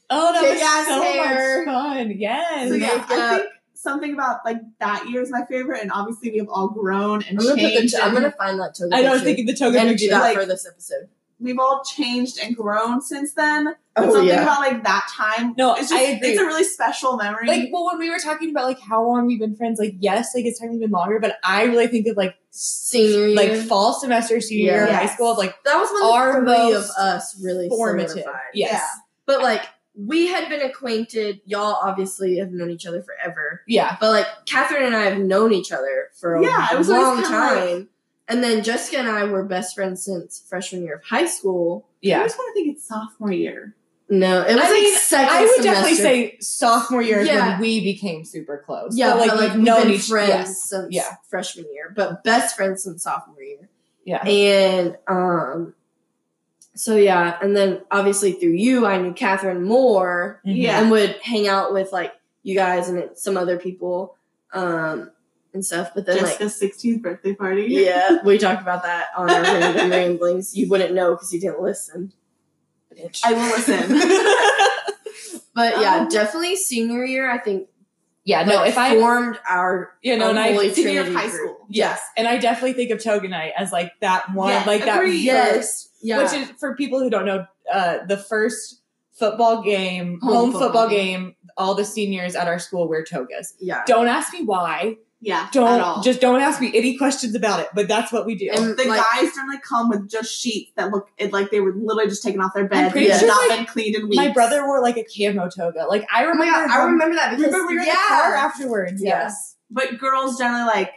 B: oh, that was
A: Kick-ass
B: so
A: hair.
B: much fun. Yes.
C: So yeah, I
A: Makeup.
C: think something about like that year is my favorite, and obviously we have all grown and
A: I'm gonna put the.
C: changed.
A: T- I'm
C: and
A: gonna find that toga.
B: I know. I was
A: picture
B: thinking the toga
A: and do
B: picture.
A: that
C: like-
A: for this episode.
C: we've all changed and grown since then. But
A: Oh
C: something
A: yeah.
C: about like that time.
B: No,
C: it's
B: I agree.
C: It's a really special memory.
B: like well when we were talking about like how long we've been friends like yes like it's technically been longer but i really think of like
A: Senior year.
B: like fall semester senior year of
C: Yeah.
B: high school of like
A: that was when
B: our
A: the three of
B: most
A: us really
B: formative
A: solidified.
B: yes
A: But like we had been acquainted. Y'all obviously have known each other forever.
B: yeah
A: But like Catherine and I have known each other for a
C: Yeah, it was always
A: long
C: kinda
A: time.
C: like-
A: and then Jessica and I were best friends since freshman year of high school.
C: I
B: yeah
C: just want to think it's sophwood year.
A: No, it was
B: I
A: like
B: mean,
A: second
B: i would
A: semester.
B: definitely say sophomore year is
A: Yeah.
B: when we became super close
A: yeah,
B: but, like, we've
A: we've
B: known
A: been
B: each
A: friends
B: yes.
A: since
B: yeah.
A: freshman year, but best friends since sophomore year.
B: yeah
A: And um, so yeah, and then obviously through you, I knew Catherine more
B: Mhm.
C: Yeah.
A: and would hang out with like you guys and some other people, um, and stuff. But then like.
C: Jessica's 16th birthday party.
A: Yeah, we talked about that on our random ramblings. You wouldn't know because you didn't listen.
B: Bitch.
C: I will listen.
A: But yeah,
C: Um,
A: definitely senior year, I think
B: yeah no
A: like,
B: if i
A: formed our
B: you know and i
A: unholy
C: Senior year of
A: Trinity
C: high
A: group.
C: school.
B: yes and i definitely think of toga night as like that one
C: Yes,
B: like that first
C: agreed.
A: Yes. Yeah.
B: which is for people who don't know uh, the first football game
A: Home
B: home,
A: football
B: football, game all the seniors at our school wear togas
A: yeah.
B: don't ask me why
C: Yeah. at all.
B: don't just don't ask me any questions about it but that's what we do
A: And-
C: the
A: like-
C: guys generally come with just sheets that look it, like they were literally just taken off their bed.
B: pretty
C: They had
B: sure,
C: not
B: like,
C: been cleaned in weeks.
B: my brother wore like a camo toga like i
A: Oh my
B: remember
A: god, I
B: him-
A: remember that because
B: remember we were
A: yeah,
B: in the car afterwards
A: Yeah.
B: yes
C: But girls generally like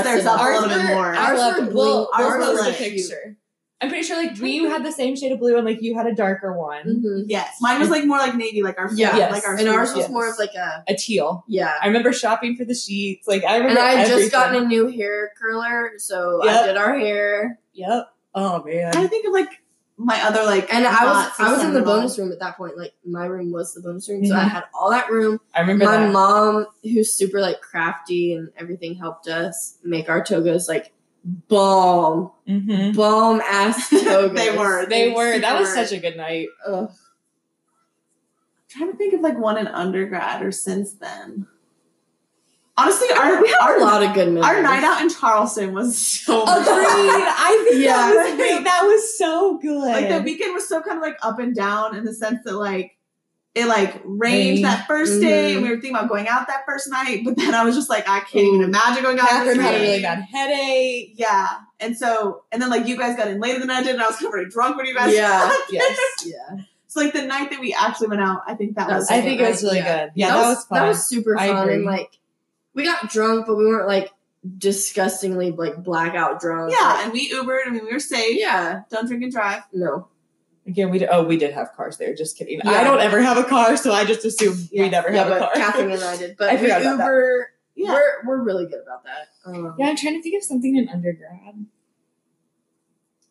A: Dress it
C: theirs up
A: up.
C: a
B: Ours
C: little bit
B: were-
C: more.
B: I
A: Ours
B: love
A: were
B: it.
A: blue.
B: Well,
C: Ours
B: ours
C: were
B: was a
C: like-
B: picture i'm pretty sure like you had the same shade of blue and like you had a darker one
A: hmm
C: yes. Mine was like more like navy, like our
A: Yeah.
B: Yes.
C: like our
A: And ours
C: school.
A: was more of like a
B: a teal
A: yeah.
B: i remember shopping for the sheets like i
A: And
B: remember
A: I had
B: everything.
A: just gotten a new hair curler, so I
B: Yep.
A: did our hair.
B: yep oh man
C: I think of like my other like
A: And I was
C: knots of
A: I was in the
C: sandals.
A: bonus room at that point. Like my room was the bonus room, so I
B: Mhm.
A: had all that room.
B: i remember
A: My
B: that.
A: mom, who's super like crafty and everything, helped us make our togas like balm,
B: Mhm.
A: balm ass togas.
C: They were.
B: They were. That was
C: super-
B: such a good night.
A: Ugh.
C: trying to think of like one in undergrad or since then. Honestly, our
A: We had
C: our,
A: a lot of good memories.
C: our night out in Charleston was so
B: Agreed. I think
A: Yeah.
B: that was great. That was so good.
C: like the weekend was so kind of like up and down in the sense that like it like rained
B: Rain. Mm-hmm.
C: that 1st day and
A: Mhm.
C: we were thinking about going out that first night, but then I was just like, I can't even
A: Ooh.
C: imagine going out.
B: Catherine
C: this
B: had a
C: rain.
B: really bad headache.
C: Yeah. And so and then like you guys got in later than I did and I was kind of already drunk when you guys
A: Yeah.
B: Yes.
A: yeah.
C: So like the night that we actually went out, I think that
A: That
C: was.
A: was
B: I think it was really
A: Yeah.
B: good. Yeah, that, was, fun.
A: that was super
B: I
A: fun. And
B: agree.
A: like we got drunk, but we weren't like disgustingly like blackout drunk.
C: yeah,
A: Like,
C: and we Ubered. I mean, we were safe.
A: yeah.
C: Don't drink and drive.
A: No.
B: Again, we did, oh we did have cars there. Just kidding.
A: Yeah.
B: I don't ever have a car, so I just assume
C: Yeah.
B: we never
A: Yeah,
B: have a
A: but
B: car.
A: Catherine and I did. But
B: I
A: we
B: forgot about that.
A: Uber
C: Yeah.
A: we're we're really good about that. Um,
B: yeah, I'm trying to think of something in undergrad.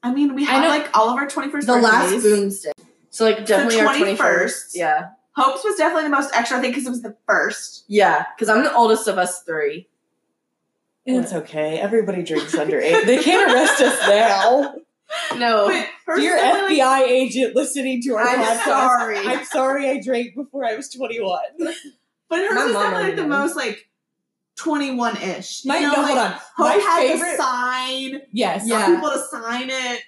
C: I mean, we
B: I
C: had
B: know-
C: like all of our twenty first.
A: the last boomstick. So like definitely our twenty
C: 21st.
A: first. Yeah.
C: Hope's was definitely the most extra. I think because it was the first.
A: Yeah. Because I'm the oldest of us three.
B: It's okay. Everybody drinks under eight. They can't arrest us now.
A: No.
C: Wait, first
B: Dear
C: is only,
B: FBI
C: like-
B: agent listening to our
A: I'm
B: podcast,
A: sorry.
B: I'm sorry I drank before I was 21.
C: but hers
A: My
C: was
A: mom
C: definitely like, the
A: only
C: most like twenty one ish.
B: My,
C: you know,
B: no,
C: like,
B: hold on.
C: Hope
B: my
C: had
B: favorite,
C: the sign.
B: yes,
A: Yeah.
C: Yeah. people to sign it.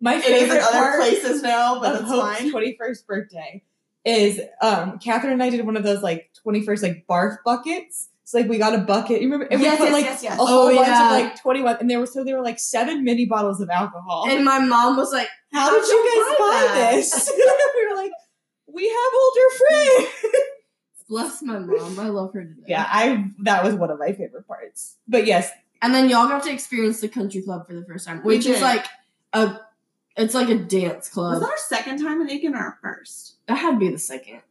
B: my
C: It is
B: favorite
C: in other
B: part
C: places now, but
B: of
C: that's
B: Hope's
C: fine.
B: 21st birthday is um Catherine and I did one of those like 21st like barf buckets. It's like we got a bucket. You remember? And we
C: Yes,
B: put
C: yes,
B: like
C: yes, yes.
B: a whole
A: Oh,
B: bunch
A: yeah.
B: of like 21, and there were so there were like seven mini bottles of alcohol.
A: And my mom was like,
B: How did
C: How'd
B: you
C: you
B: guys
C: buy
B: buy
C: that?
B: this? we were like, we have older friends.
A: bless my mom. I love her today.
B: Yeah, I that was one of my favorite parts. But yes,
A: And then y'all got to experience the country club for the first time,
C: We
A: which is
C: did.
A: like a it's like a dance
C: Was
A: club.
C: that our second time in Aiken or our first?
A: That had to be the second.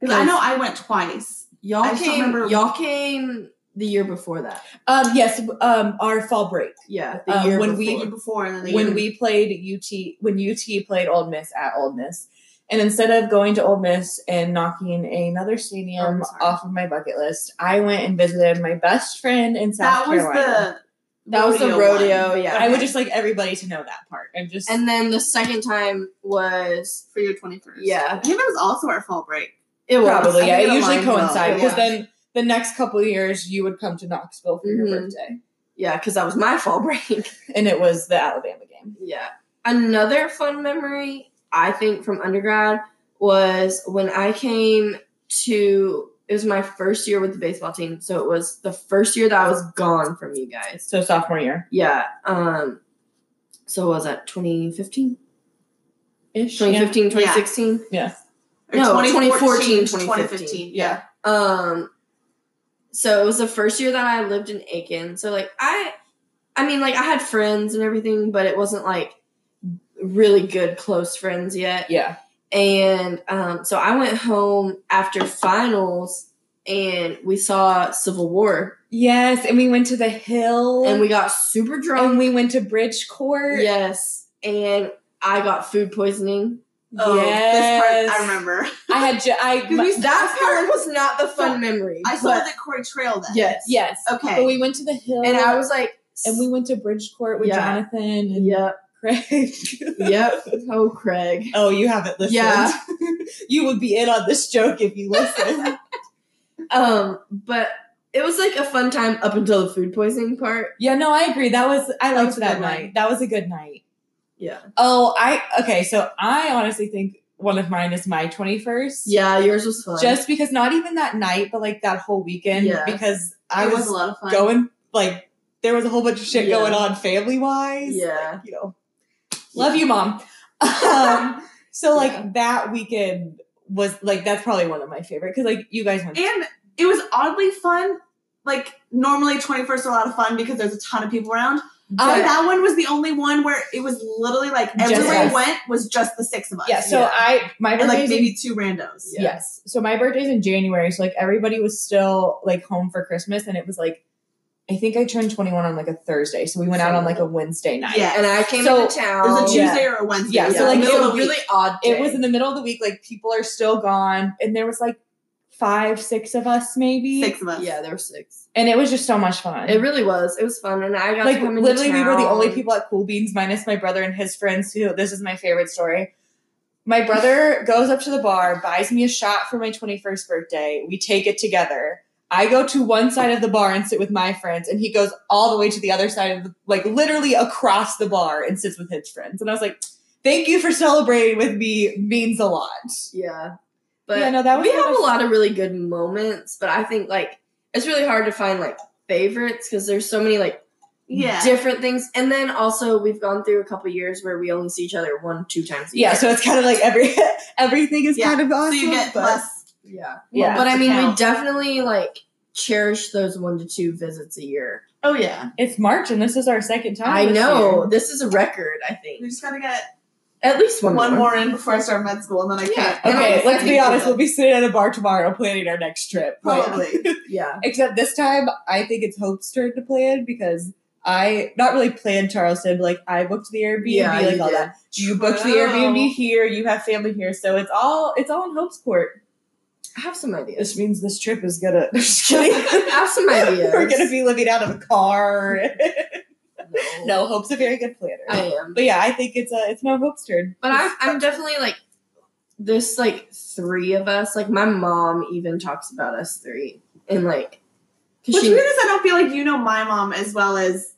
C: 'Cause I know I went twice.
A: y'all
C: I just don't
A: came
C: remember-
A: y'all came the year before that. Uh,
B: um, yes, um, our fall break
A: Yeah, the
B: Um,
A: year
B: when
C: The
B: we-
A: before.
C: year before and then the
B: when
C: year-
B: we played UT when UT played Old Miss at Old Miss, and instead of going to Old Miss and knocking another stadium
A: I'm sorry.
B: off of my bucket list, I went and visited my best friend in South
C: that was
B: Carolina.
C: the
A: that was the rodeo,
C: one.
A: yeah.
B: I would just like everybody to know that part. I'm just
A: and then the second time was
C: for your twenty first.
A: Yeah.
C: I think that was also our fall break.
A: it was
B: probably
C: I
B: yeah.
C: think
B: It
C: it
B: usually
C: aligns well,
B: coincides because
A: yeah.
B: then the next couple of years you would come to Knoxville for
A: Mhm.
B: your
C: Mm-hmm.
B: birthday,
A: yeah because that was my fall break.
B: and it was the Alabama game.
A: yeah, another fun memory I think from undergrad was when I came to. It was my first year with the baseball team, so it was the first year that I was gone from you guys.
B: So sophomore year
A: Yeah. Um. So was that 2015,
B: ish.
A: 2015, 2016?
C: Or
A: No,
C: 2014,
A: 2015,
C: Yeah.
A: Um. So it was the first year that I lived in Aiken. So like I, I mean like I had friends and everything, but it wasn't like really good close friends yet.
B: Yeah.
A: And um, so I went home after finals, and we saw Civil War,
B: Yes, and we went to the hill
A: and we got super
B: and
A: drunk.
B: we went to Bridge Court.
A: yes, and I got food poisoning.
C: Oh,
B: yes.
C: this part I remember.
B: I had ju- I
C: Did we-
A: That part was not the fun memory.
C: I saw
A: but-
C: that Corey Trail then.
A: Yes.
B: yes.
C: Okay.
B: But we went to the hill
A: And I was like,
B: and we went to Bridge Court with
A: Yeah.
B: Jonathan and
A: yep,
B: Craig.
A: yep. Oh, Craig.
B: oh, you haven't listened.
A: Yeah.
B: you would be in on this joke if you listened.
A: Um, but it was like a fun time up until the food poisoning part.
B: yeah, no, I agree. That was I
C: was
B: liked
C: a
B: that
C: good
B: night.
C: one.
B: That was a good night.
A: Yeah.
B: Oh, I okay. So I honestly think one of mine is my twenty first.
A: Yeah, yours was fun.
B: Just because not even that night, but like that whole weekend.
A: Yeah.
B: Because I
C: It
B: was,
C: was a lot of fun.
B: going like there was a whole bunch of shit
A: Yeah.
B: going on family wise.
A: Yeah.
B: you know, love you, mom. um, so like
A: Yeah.
B: that weekend was like that's probably one of my favorite because like you guys went.
C: And it was oddly fun. Like normally 21st are a lot of fun because there's a ton of people around.
B: Um,
C: But that one was the only one where it was literally like
B: Just
C: everywhere
B: us.
C: we went was just the six of us.
B: yeah. So
A: yeah.
B: I my
C: and like
B: birthday's in-
C: maybe two randos.
A: Yeah.
B: Yes. So my birthday's in January, so like everybody was still like home for Christmas, and it was like I think I turned 21 on like a Thursday, so we went out on like a Wednesday night.
C: Yeah.
A: and I came
B: So,
A: into
C: It
A: town.
C: was a
B: Oh, Yeah.
C: Tuesday or a Wednesday.
B: Yeah,
A: Yeah,
B: so,
A: so
B: like,
A: like
B: it
A: it was
B: was
A: a really odd. Day.
B: It was in the middle of the week, like people are still gone, and there was like five, six of us maybe,
C: six of us.
A: yeah, there were six.
B: and it was just so much fun.
A: It really was. It was fun, and I got to
B: like
A: come into
B: literally, we were the only
A: town.
B: people at Cool Beans, minus my brother and his friends. Who this is my favorite story. My brother goes up to the bar, buys me a shot for my 21st birthday. We take it together. I go to one side of the bar and sit with my friends, and he goes all the way to the other side of the, like literally across the bar and sits with his friends. And I was like, "Thank you for celebrating with me. Means a lot."
A: Yeah, but
B: Yeah, no, that was
A: we
B: kind
A: have
B: of-
A: a lot of really good moments. But I think like it's really hard to find like favorites because there's so many like
C: Yeah.
A: different things. And then also we've gone through a couple years where we only see each other one, two times a year.
B: Yeah, so it's kind of like every everything is
C: Yeah.
B: kind of
C: so
B: awesome.
C: you get
B: but-
C: less.
A: yeah.
B: yeah.
A: But I mean, we
C: Count.
A: definitely like cherish those one to two visits a year.
C: Oh yeah.
B: it's March and this is our second time.
A: I
B: this
A: know
B: year.
A: this is a record. I
C: We
A: think
C: just gotta get
A: at least one,
C: one, more in before I start med school, and then I
A: Yeah.
C: can't.
A: And
B: Okay,
A: I-
B: let's
A: I
B: be
A: think
B: honest.
A: so.
B: We'll be sitting at a bar tomorrow planning our next trip.
C: Probably.
A: Yeah,
B: Except this time, I think it's Hope's turn to plan because I not really planned Charleston. But like I booked the Airbnb,
A: yeah,
B: like
A: you
B: all
A: did.
B: that. You booked the Airbnb here. You have family here, so it's all it's all in Hope's court.
A: I have some ideas.
B: This means this trip is gonna. Just kidding.
A: I have some ideas.
B: We're gonna be living out of a car.
A: no.
B: no, Hope's a very good planner.
A: I am,
B: but yeah, I think it's uh, it's now Hope's turn.
A: but I'm I'm definitely like this like three of us. Like my mom even talks about us three, and like 'cause
C: What's
A: she-
C: weird is I don't feel like you know my mom as well as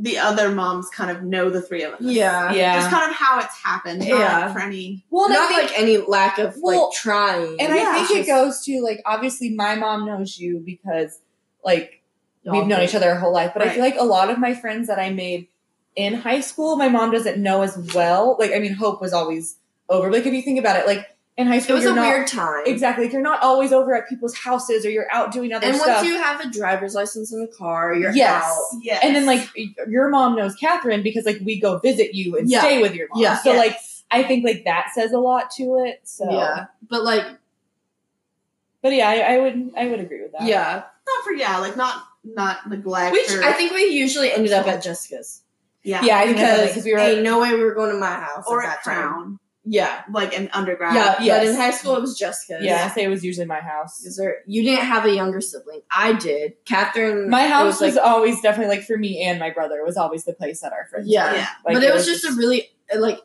C: the other moms kind of know the three of us.
A: yeah,
C: Just kind of how it's happened. not
A: Yeah.
C: For any.
B: Well,
A: not like any lack of
B: Well,
A: like trying.
B: And
C: Yeah.
B: I think it goes to like obviously my mom knows you because like we've known each other our whole life, but I feel like a lot of my friends that I made in high school, my mom doesn't know as well. Like I mean, hope was always over. Like if you think about it, like in high
A: It
B: school,
A: was
B: you're
A: a
B: not
A: weird time.
B: exactly like, you're not always over at people's houses or you're out doing other
A: And
B: stuff.
A: once you have a driver's license in the car, you're
B: Yes.
A: out.
C: Yeah.
B: and then like y- your mom knows Catherine because like we go visit you and
A: Yeah.
B: stay with your mom.
A: Yeah.
B: So like I think like that says a lot to it. So
A: Yeah, but like
B: But yeah, I, I would I would agree with that.
A: yeah,
C: not for yeah, like not not neglect.
A: which
C: or,
A: I think we usually ended up at Jessica's
C: yeah.
B: Yeah, I think that's
A: because
B: because we were
A: ain't no way we were going to my house
C: Or
A: at
C: at
A: that time.
C: Crown,
A: Yeah,
C: like an undergrad.
A: yeah,
B: yes.
A: but in high school it was Jessica's.
B: Yeah, I say it was usually my house.
A: 'Cause there, you didn't have a younger sibling. I did. Catherine,
B: My
A: it
B: house was,
A: like,
B: always definitely like for me and my brother was always the place that our friends.
A: yeah,
C: Yeah.
B: were. Like,
A: but it, was, just a really uh, like it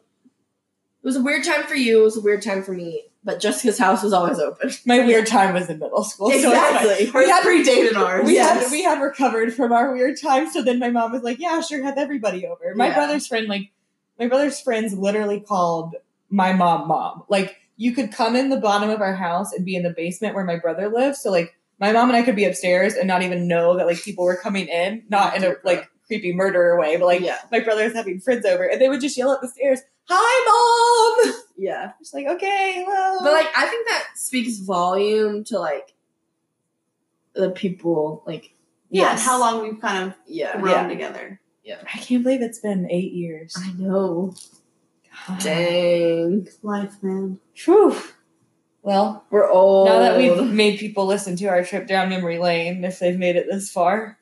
A: was a weird time for you. It was a weird time for me. But Jessica's house was always open.
B: my weird time was in middle school. Oh, so it's fine.
A: exactly.
C: Or
B: We had-
C: predated ours.
B: We
A: Yes.
B: had we had recovered from our weird time, so then my mom was like, "Yeah, sure, have everybody over." My
A: Yeah.
B: brother's friend, like my brother's friends, literally called my mom mom. Like you could come in the bottom of our house and be in the basement where my brother lives. So like my mom and I could be upstairs and not even know that like people were coming in, not in a like creepy murderer way, but like
A: yeah,
B: my brother's having friends over, and they would just yell up the stairs, "Hi, mom!"
A: yeah.
B: Just like, okay, hello.
A: But like, I think that speaks volume to like the people. Like,
C: Yeah. And
B: Yes.
C: how long we've kind of
A: yeah,
C: grown
B: Yeah.
C: together.
B: I can't believe it's been eight years.
A: I know. Dang,
C: Life, man.
B: Whew. Well,
A: we're old.
B: now that
A: Oh.
B: we've made people listen to our trip down memory lane, if they've made it this far,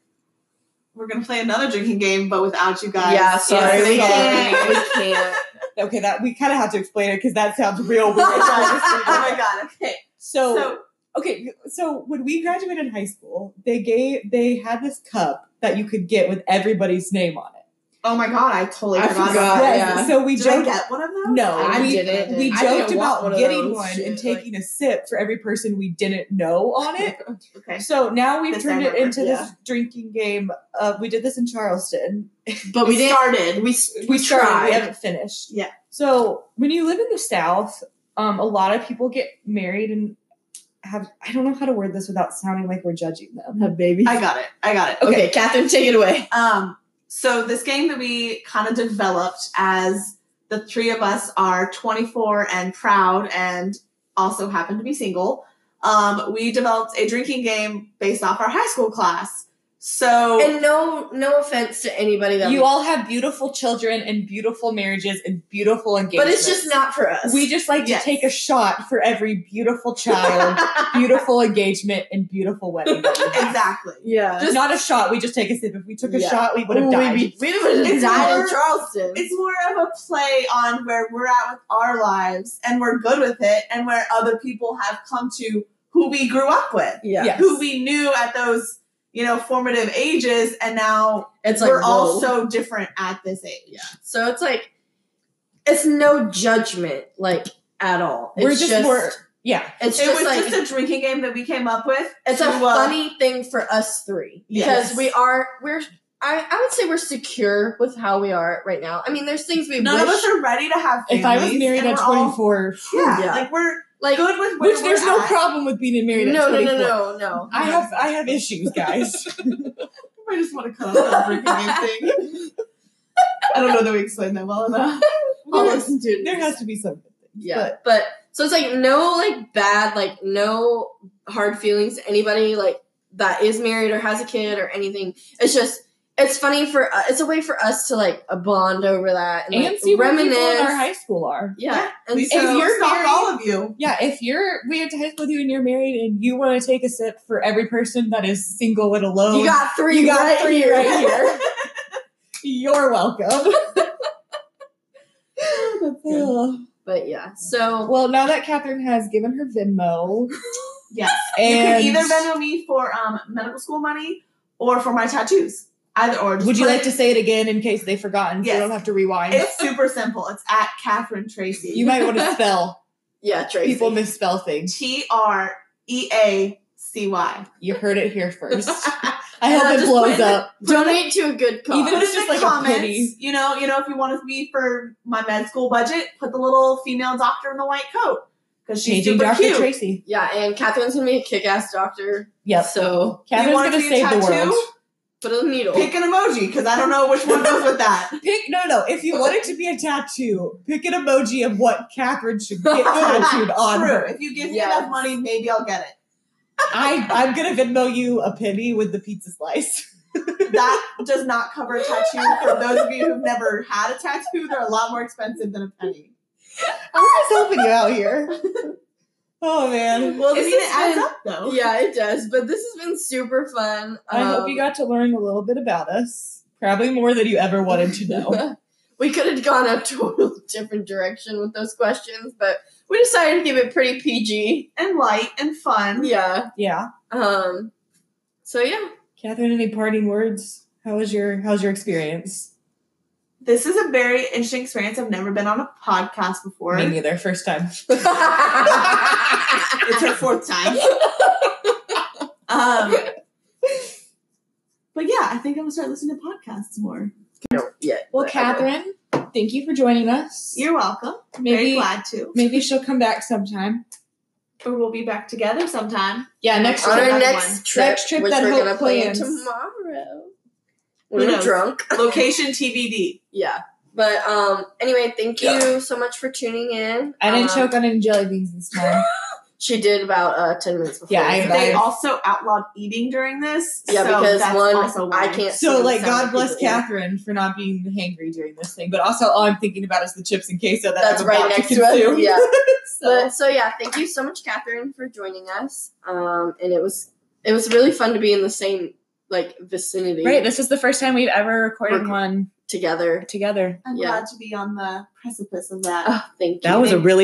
C: We're gonna play another drinking game, but without you guys.
A: yeah, sorry,
B: Yes,
A: we
B: sorry.
A: can't. we can't.
B: okay, that we kind of have to explain it because that sounds real weird.
C: oh my god. Okay.
B: so,
C: so
B: okay, so when we graduated high school, they gave they had this cup that you could get with everybody's name on it.
C: Oh my god, I totally
A: I
C: forgot.
A: forgot,
C: about that.
A: Oh yeah.
B: So we
C: Did I
B: joked
C: get one of those?
B: No,
A: I
B: we,
A: didn't.
B: we
A: I didn't
B: joked
A: want
B: about
A: one of
B: getting
A: those.
B: one and
A: Shit, like-
B: taking a sip for every person we didn't know on it.
C: Okay.
B: So now we've
C: This I
B: turned it
C: remember,
B: into this drinking game. Uh, we did this in Charleston.
A: But we didn't.
C: started.
A: We s- we
B: started, We
A: tried.
B: haven't finished.
C: Yeah.
B: So when you live in the South, um, a lot of people get married and have I don't know how to word this without sounding like we're judging them. Have babies.
C: I got it. I got it.
A: Okay, Catherine, take it away.
C: Um, so this game that we kind of developed as the three of us are 24 and proud and also happen to be single. Um, we developed a drinking game based off our high school class. So
A: And no, no offense to anybody that
B: you all have beautiful children and beautiful marriages and beautiful
A: but
B: engagements.
A: it's just not for us.
B: We just like
C: Yes.
B: to take a shot for every beautiful child, beautiful engagement, and beautiful wedding. that we have.
C: exactly.
A: yeah.
B: Just not a shot. We just take a sip. If we took a
A: Yeah.
B: shot, we would
A: Ooh,
B: have died.
A: We, would have
C: It's
A: died
C: more-
A: in Charleston.
C: It's more of a play on where we're at with our lives and we're good with it and where other people have come to who we grew up with.
A: yeah.
B: yeah.
C: who we knew at those you know formative ages and now
A: It's like
C: we're all
A: whoa.
C: so different at this age
A: Yeah. So it's like it's no judgment like at all. It's
B: We're just, more. Yeah,
A: it's
C: it
A: just
C: was
A: like
C: just a drinking game that we came up with
A: it's a
C: to, uh,
A: funny thing for us three because
C: Yes.
A: we are we're I, I would say we're secure with how we are right now. I mean, there's things we
C: none
A: wish
C: of us are ready to have
B: if I was
C: families,
B: married
C: and
B: at
C: we're all-
B: 24,
C: yeah,
A: Yeah.
C: like we're
A: like
C: good with where
B: which there's
C: we're
B: no
C: at.
B: problem with being married
A: no,
B: at
A: no, no,
B: 24.
A: no, no.
B: I have I have issues, guys.
C: I just want to cut off that freaking thing. I don't know that we explained that well enough. I'll listen to it.
B: There has to be something.
A: yeah but, so it's like no like bad like no hard feelings to anybody like that is married or has a kid or anything it's just it's funny for uh, it's a way for us to like uh, bond over that and,
B: and
A: like,
B: see where people
A: reminisce
B: in our high school are.
A: yeah
C: And
A: and
C: we
A: so,
C: so
B: you're
C: stalk
B: married-
C: all of you.
B: Yeah, if you're we went to high school with you and you're married and you want to take a sip for every person that is single and alone,
A: you got three
B: you got
A: right
B: three
A: here.
B: right here. you're welcome.
C: good.
B: Ugh.
A: but yeah so
B: well, now that Catherine has given her Venmo,
C: Yes.
B: and
C: you can either Venmo me for um, medical school money or for my tattoos. Either or. Just
B: would you
C: put
B: like
C: it-
B: to say it again in case they've forgotten? So
C: Yes.
B: you don't have to rewind.
C: It's super simple. It's at Catherine Tracy.
B: you might want to spell.
A: yeah Tracy
B: People misspell things.
C: T R E A C Y.
B: You heard it here first. I
C: Yeah,
B: hope it
C: just put
B: blows
C: it-
B: up.
A: donate to a good cause
B: Even
C: Oh.
B: if
C: Put it
B: it's
C: in
B: just
C: the
B: like a
C: comments.
B: pity.
C: You know, you know, if you want it to be for my med school budget, put the little female doctor in the white coat because she's
B: Changing
C: super
B: Dr.
C: cute.
B: Tracy.
A: yeah and Catherine's gonna be a kick-ass doctor
B: Yep.
A: so
B: Catherine's
C: you want it
B: gonna
C: to be a
B: save the
C: tattoo?
B: world.
A: put a needle
C: Pick an emoji because I don't know which one goes with that.
B: Pick no, no. If you want it to be a tattoo, pick an emoji of what Catherine should get tattooed on
C: True.
B: her.
C: If you give me
A: Yes.
C: enough money, maybe I'll get it.
B: I, I'm gonna Venmo you a penny with the pizza slice.
C: that does not cover a tattoo. For those of you who've never had a tattoo, they're a lot more expensive than a penny.
B: I'm just helping you out here. Oh man.
A: well
C: I
A: this
C: mean, it
A: has
C: adds
A: been-
C: up though.
A: yeah it does but this has been super fun
B: Oh. I hope
A: Um,
B: you got to learn a little bit about us. Probably more than you ever wanted to know.
A: we could have gone a totally different direction with those questions, but we decided to keep it pretty PG.
C: And light and fun.
A: Yeah.
B: yeah.
A: Um. So yeah,
B: Catherine, any parting words? How was your how's your experience?
C: This is a very interesting experience. I've never been on a podcast before.
B: Me neither, first time.
C: It's her fourth time. um, but yeah, I think I'm gonna start listening to podcasts more.
A: yeah.
B: Well, Catherine, thank you for joining us.
C: You're welcome. Very
B: maybe
C: glad to.
B: maybe she'll come back sometime.
C: Or we'll be back together sometime.
B: Yeah, next
A: on
C: Another
A: our
B: time.
A: next
C: one.
A: trip,
B: Next trip
A: which
B: that
A: we're
B: Hope
A: gonna plan
B: plans.
A: tomorrow.
C: Who
A: When we're
C: knows?
A: drunk.
C: Location TBD.
A: Yeah. But um. Anyway, thank you so much for tuning in.
B: I didn't
A: Um,
B: choke on any jelly beans this time.
A: She did about uh ten minutes before.
B: Yeah, I
A: we
B: am
A: started.
C: They
B: Nice.
C: also outlawed eating during this.
A: Yeah,
C: so
A: because
C: that's also
A: one,
C: why.
A: I can't.
B: so,
A: see
B: like,
A: the sound
B: God
A: of
B: bless
A: people eating.
B: Catherine for not being hangry during this thing. But also, all I'm thinking about is the chips and queso that
A: That's
B: I'm
A: right
B: about
A: next
B: to
A: to us.
B: consume.
A: Yeah.
B: So,
A: But so yeah, thank you so much, Catherine, for joining us. Um, and it was it was really fun to be in the same like vicinity
B: right, this is the first time we've ever recorded
A: Rec-
B: one
A: together.
B: together.
C: I'm
A: Yeah.
C: glad to be on the precipice of that.
B: Ah,
A: Oh, thank you.
B: really